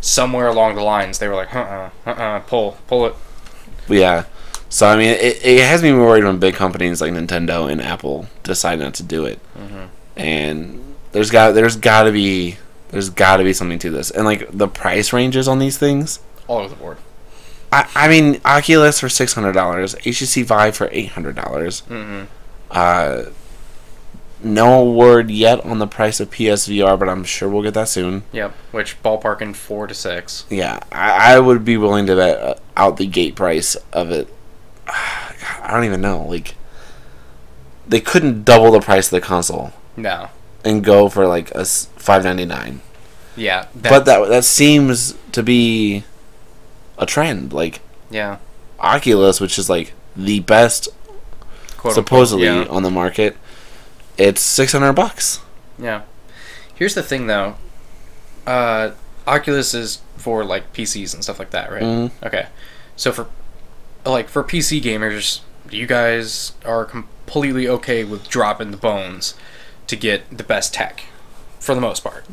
Speaker 1: somewhere along the lines, they were like, uh uh, uh uh, pull, pull it.
Speaker 2: But yeah. So I mean, it, it has me worried when big companies like Nintendo and Apple decide not to do it. And there's got there's got to be there's got to be something to this. And like the price ranges on these things.
Speaker 1: All over the board.
Speaker 2: I, I mean, Oculus for six hundred dollars, HTC Vive for eight hundred dollars.
Speaker 1: Mm-hmm.
Speaker 2: Uh, no word yet on the price of PSVR, but I'm sure we'll get that soon.
Speaker 1: Yep, which ballpark in four to six.
Speaker 2: Yeah, I, I would be willing to bet uh, out the gate price of it. God, I don't even know. Like, they couldn't double the price of the console
Speaker 1: No.
Speaker 2: and go for like a five ninety nine.
Speaker 1: Yeah. That,
Speaker 2: But that that seems to be a trend. Like
Speaker 1: Yeah.
Speaker 2: Oculus, which is like the best
Speaker 1: Quote
Speaker 2: supposedly
Speaker 1: Unquote,
Speaker 2: on the market, it's six hundred bucks.
Speaker 1: yeah. yeah. Here's the thing, though. Uh, Oculus is for like PCs and stuff like that, right?
Speaker 2: Mhm.
Speaker 1: Okay. So for like for PC gamers, you guys are completely okay with dropping the bones to get the best tech for the most part,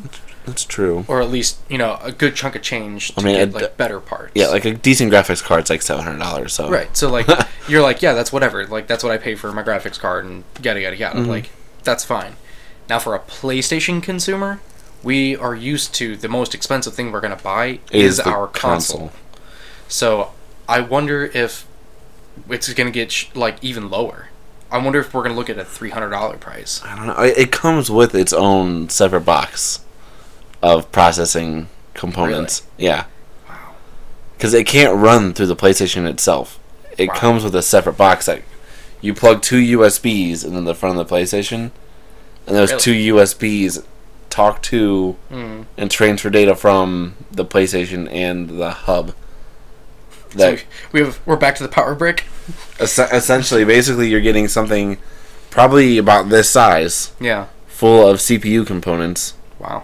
Speaker 2: That's true.
Speaker 1: or at least, you know, a good chunk of change to
Speaker 2: I mean,
Speaker 1: get
Speaker 2: it-
Speaker 1: like better parts.
Speaker 2: Yeah, like a decent graphics card's like seven hundred dollars. So
Speaker 1: right. So like you're like, yeah, that's whatever. Like that's what I pay for my graphics card and yada yada yada. Like that's fine. Now for a PlayStation consumer, we are used to the most expensive thing we're going to buy is,
Speaker 2: the
Speaker 1: our console. So I wonder if it's going to get sh- like even lower. I wonder if we're going to look at a three hundred dollar price.
Speaker 2: I don't know. It it comes with its own separate box of processing components. Yeah.
Speaker 1: Wow.
Speaker 2: Because it can't run through the PlayStation itself. It
Speaker 1: Wow.
Speaker 2: comes with a separate box that you plug two USBs into the front of the PlayStation, and those
Speaker 1: Really?
Speaker 2: two USBs talk to
Speaker 1: Mm.
Speaker 2: and transfer data from the PlayStation and the hub.
Speaker 1: So
Speaker 2: That
Speaker 1: we have we're back to the power brick.
Speaker 2: es- essentially, basically, you're getting something probably about this size,
Speaker 1: Yeah.
Speaker 2: full of CPU components.
Speaker 1: Wow.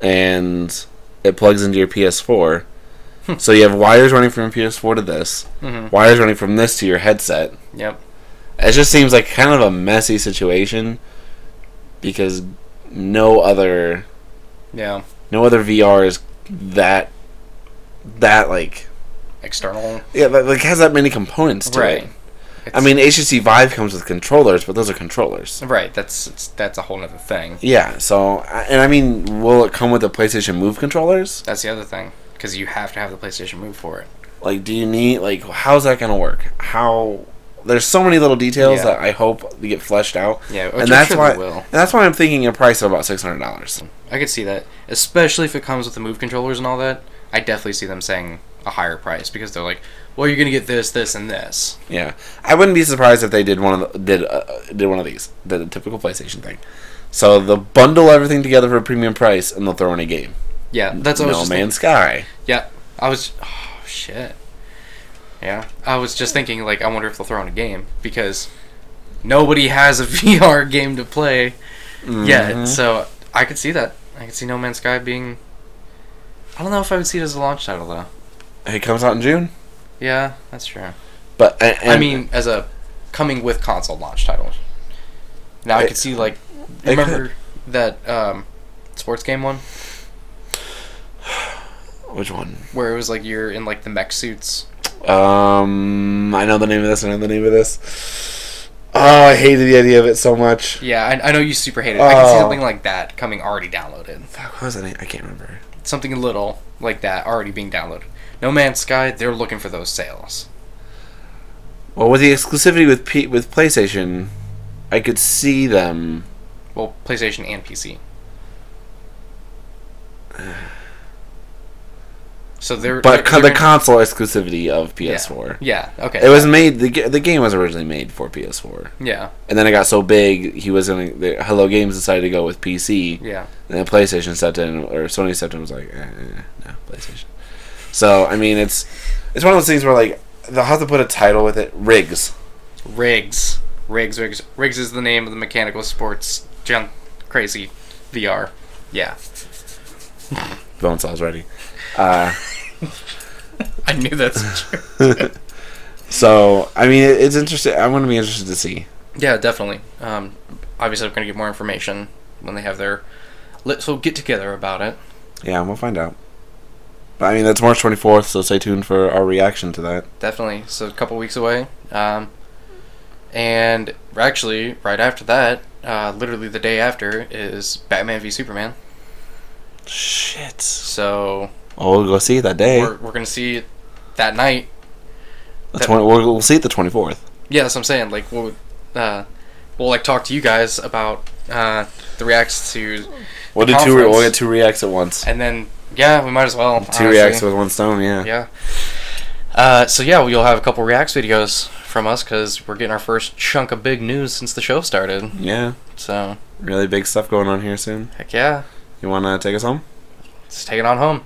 Speaker 2: and it plugs into your PS4. so you have wires running from your PS4 to this,
Speaker 1: Mhm.
Speaker 2: wires running from this to your headset.
Speaker 1: Yep.
Speaker 2: It just seems like kind of a messy situation because no other
Speaker 1: Yeah.
Speaker 2: no other VR is that that like
Speaker 1: External.
Speaker 2: yeah that, like has that many components to
Speaker 1: Right.
Speaker 2: it.
Speaker 1: It's-
Speaker 2: I mean, HTC Vive comes with controllers, but those are controllers.
Speaker 1: Right. That's it's, that's a whole other thing.
Speaker 2: Yeah. So, I- and I mean, will it come with the PlayStation Move controllers?
Speaker 1: That's the other thing because you have to have the PlayStation Move for it.
Speaker 2: Like, do you need like how's that gonna work? How there's so many little details
Speaker 1: Yeah.
Speaker 2: that I hope they get fleshed out.
Speaker 1: Yeah, which
Speaker 2: and
Speaker 1: I'm
Speaker 2: that's
Speaker 1: sure they
Speaker 2: why
Speaker 1: will.
Speaker 2: and that's why I'm thinking a price of about six hundred dollars.
Speaker 1: I could see that, especially if it comes with the move controllers and all that. I definitely see them saying a higher price because they're like, well, you're gonna get this, this, and this.
Speaker 2: Yeah, I wouldn't be surprised if they did one of the, did uh, did one of these did a typical PlayStation thing. So they'll bundle everything together for a premium price, and they'll throw in a game.
Speaker 1: Yeah, that's what I was
Speaker 2: No
Speaker 1: just
Speaker 2: Man's Sky.
Speaker 1: thinking. Yeah, I was. Oh shit. Yeah, I was just thinking like, I wonder if they'll throw in a game because nobody has a VR game to play
Speaker 2: Mm-hmm.
Speaker 1: yet. So I could see that. I could see No Man's Sky being. I don't know if I would see it as a launch title though.
Speaker 2: It comes out in June,
Speaker 1: Yeah, that's true.
Speaker 2: but and,
Speaker 1: I mean, as a coming with console launch title. Now I
Speaker 2: It-
Speaker 1: could see like
Speaker 2: it
Speaker 1: remember that um, sports game one
Speaker 2: which one?
Speaker 1: where it was like you're in like the mech suits.
Speaker 2: Um, I know the name of this. I know the name of this. Oh, I hated the idea of it so much.
Speaker 1: Yeah, I, I know you super hate it. I could see
Speaker 2: Oh.
Speaker 1: something like that coming already downloaded.
Speaker 2: Fuck, what was the name? I can't remember.
Speaker 1: Something little like that already being downloaded. No Man's Sky, they're looking for those sales.
Speaker 2: Well, with the exclusivity with P- with PlayStation, I could see them.
Speaker 1: Well, PlayStation and PC. So they're
Speaker 2: But
Speaker 1: they're-
Speaker 2: co- the
Speaker 1: they're-
Speaker 2: console exclusivity of
Speaker 1: yeah.
Speaker 2: PS4.
Speaker 1: Yeah. Okay.
Speaker 2: It was made. The, ga- the game was originally made for PS4,
Speaker 1: Yeah.
Speaker 2: and then it got so big. He was going. to Hello Games decided to go with PC,
Speaker 1: Yeah.
Speaker 2: and then PlayStation stepped in, or Sony stepped in, and was like, eh, eh, no, PlayStation. So I mean, it's it's one of those things where like they'll have to put a title with it. Rigs.
Speaker 1: Riggs. Riggs, Riggs. Riggs is the name of the mechanical sports junk crazy VR. Yeah.
Speaker 2: Bone saws ready. Uh,
Speaker 1: I knew that's true.
Speaker 2: so I mean, it, it's interesting. I'm gonna be interested to see.
Speaker 1: yeah, definitely. Um, obviously, I'm going to get more information when they have their little get together about it.
Speaker 2: Yeah, we'll find out. But I mean, that's March 24th, so stay tuned for our reaction to that.
Speaker 1: Definitely. So, a couple weeks away. Um, and actually, right after that, uh, literally the day after, is Batman v Superman.
Speaker 2: Shit.
Speaker 1: So,
Speaker 2: Oh, we'll go see it that day.
Speaker 1: we're, we're going to see it that night.
Speaker 2: The
Speaker 1: that-
Speaker 2: 20, we'll, we'll see it the 24th.
Speaker 1: Yeah, that's what I'm saying. Like we'll uh, we'll like talk to you guys about uh, the reacts to,
Speaker 2: We'll
Speaker 1: the
Speaker 2: do two. Re- we'll
Speaker 1: conference.
Speaker 2: get two reacts at once.
Speaker 1: and then yeah, we might as well
Speaker 2: Two
Speaker 1: honestly.
Speaker 2: reacts with one stone. Yeah.
Speaker 1: yeah. Uh, so yeah, you'll have a couple reacts videos from us because we're getting our first chunk of big news since the show started.
Speaker 2: Yeah.
Speaker 1: So
Speaker 2: Really big stuff going on here soon.
Speaker 1: heck yeah,
Speaker 2: You want to take us home?
Speaker 1: let's take it on home.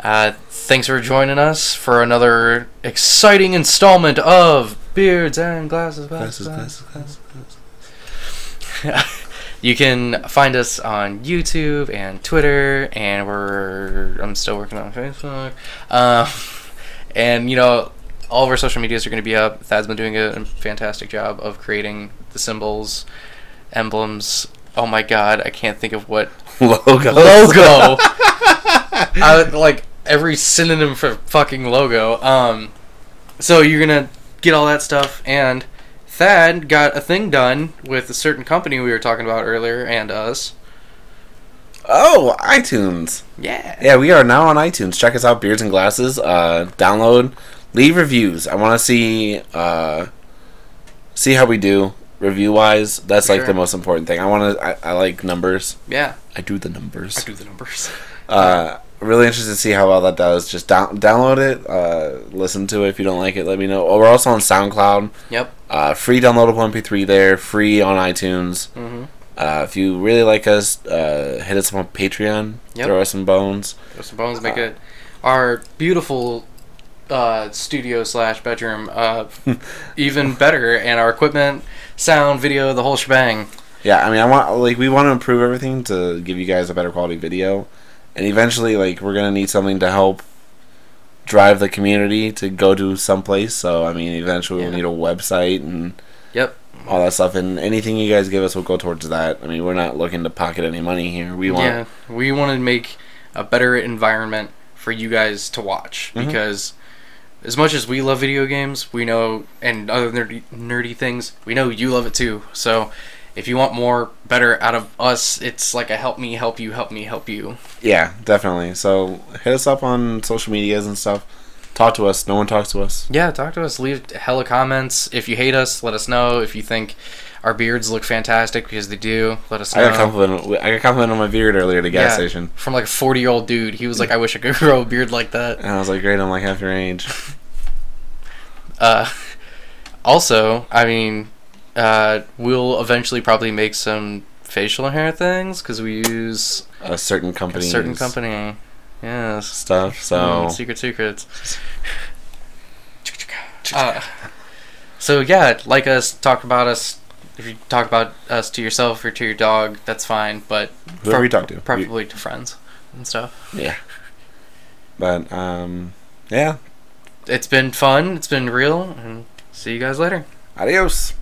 Speaker 1: Uh, thanks for joining us for another exciting installment of Beards and Glasses. Glasses, glasses. You can find us on YouTube and Twitter, and we're I'm still working on Facebook. Um, and you know, all of our social medias are going to be up. Thad's been doing a fantastic job of creating the symbols, emblems. Oh my God, I can't think of what
Speaker 2: Logo.
Speaker 1: logo. I, like every synonym for fucking logo. Um, so you're gonna get all that stuff, and Thad got a thing done with a certain company we were talking about earlier, and us.
Speaker 2: Oh, iTunes.
Speaker 1: Yeah.
Speaker 2: Yeah, we are now on iTunes. Check us out, Beards and Glasses. Uh, download, leave reviews. I want to see uh, see how we do review wise. That's like
Speaker 1: Sure.
Speaker 2: the most important thing. I want to. I, I like numbers.
Speaker 1: Yeah. Mm-hmm.
Speaker 2: I do the numbers.
Speaker 1: I do the numbers.
Speaker 2: Uh, really interested to see how well that does. Just down, download it, uh, listen to it. If you don't like it, let me know. Oh, we're also on SoundCloud.
Speaker 1: Yep.
Speaker 2: Uh, free downloadable MP3 there. Free on iTunes.
Speaker 1: Mhm.
Speaker 2: Uh, if you really like us, uh, hit us up on Patreon.
Speaker 1: Yep.
Speaker 2: Throw us some bones.
Speaker 1: Throw some bones, make it our beautiful uh, studio slash bedroom uh, even better, and our equipment, sound, video, the whole shebang.
Speaker 2: Yeah, I mean, I want like we want to improve everything to give you guys a better quality video, and eventually, like we're gonna need something to help drive the community to go to someplace. So I mean, eventually
Speaker 1: Yeah.
Speaker 2: we'll need a website and
Speaker 1: Yep.
Speaker 2: all that stuff, and anything you guys give us will go towards that. I mean, we're not looking to pocket any money here. We want
Speaker 1: Yeah, we want to make a better environment for you guys to watch
Speaker 2: Mhm.
Speaker 1: because as much as we love video games, we know and other nerdy, nerdy things, we know you love it too. So if you want more better out of us, it's like a help me, help you, help me, help you.
Speaker 2: Yeah, definitely. So hit us up on social medias and stuff. Talk to us. No one talks to us.
Speaker 1: Yeah, talk to us. Leave hella comments. If you hate us, let us know. If you think our beards look fantastic because they do, let us know.
Speaker 2: I got complimented. I got complimented on my beard earlier at a gas station,
Speaker 1: From like a 40 year old dude. He was like, I wish I could grow a beard like that.
Speaker 2: and I was like, "Great, I'm like half your age."
Speaker 1: Uh, also, I mean, uh, we'll eventually probably make some facial hair things because we use
Speaker 2: A certain
Speaker 1: a
Speaker 2: company.
Speaker 1: certain company. Yes.
Speaker 2: stuff. So
Speaker 1: Mm, secret secrets. Uh, so yeah, like us, talk about us. If you talk about us to yourself or to your dog, that's fine. But
Speaker 2: Whoever
Speaker 1: prob-
Speaker 2: you talk to.
Speaker 1: probably to friends and stuff.
Speaker 2: yeah. But um, yeah.
Speaker 1: It's been fun. It's been real, and see you guys later.
Speaker 2: Adios.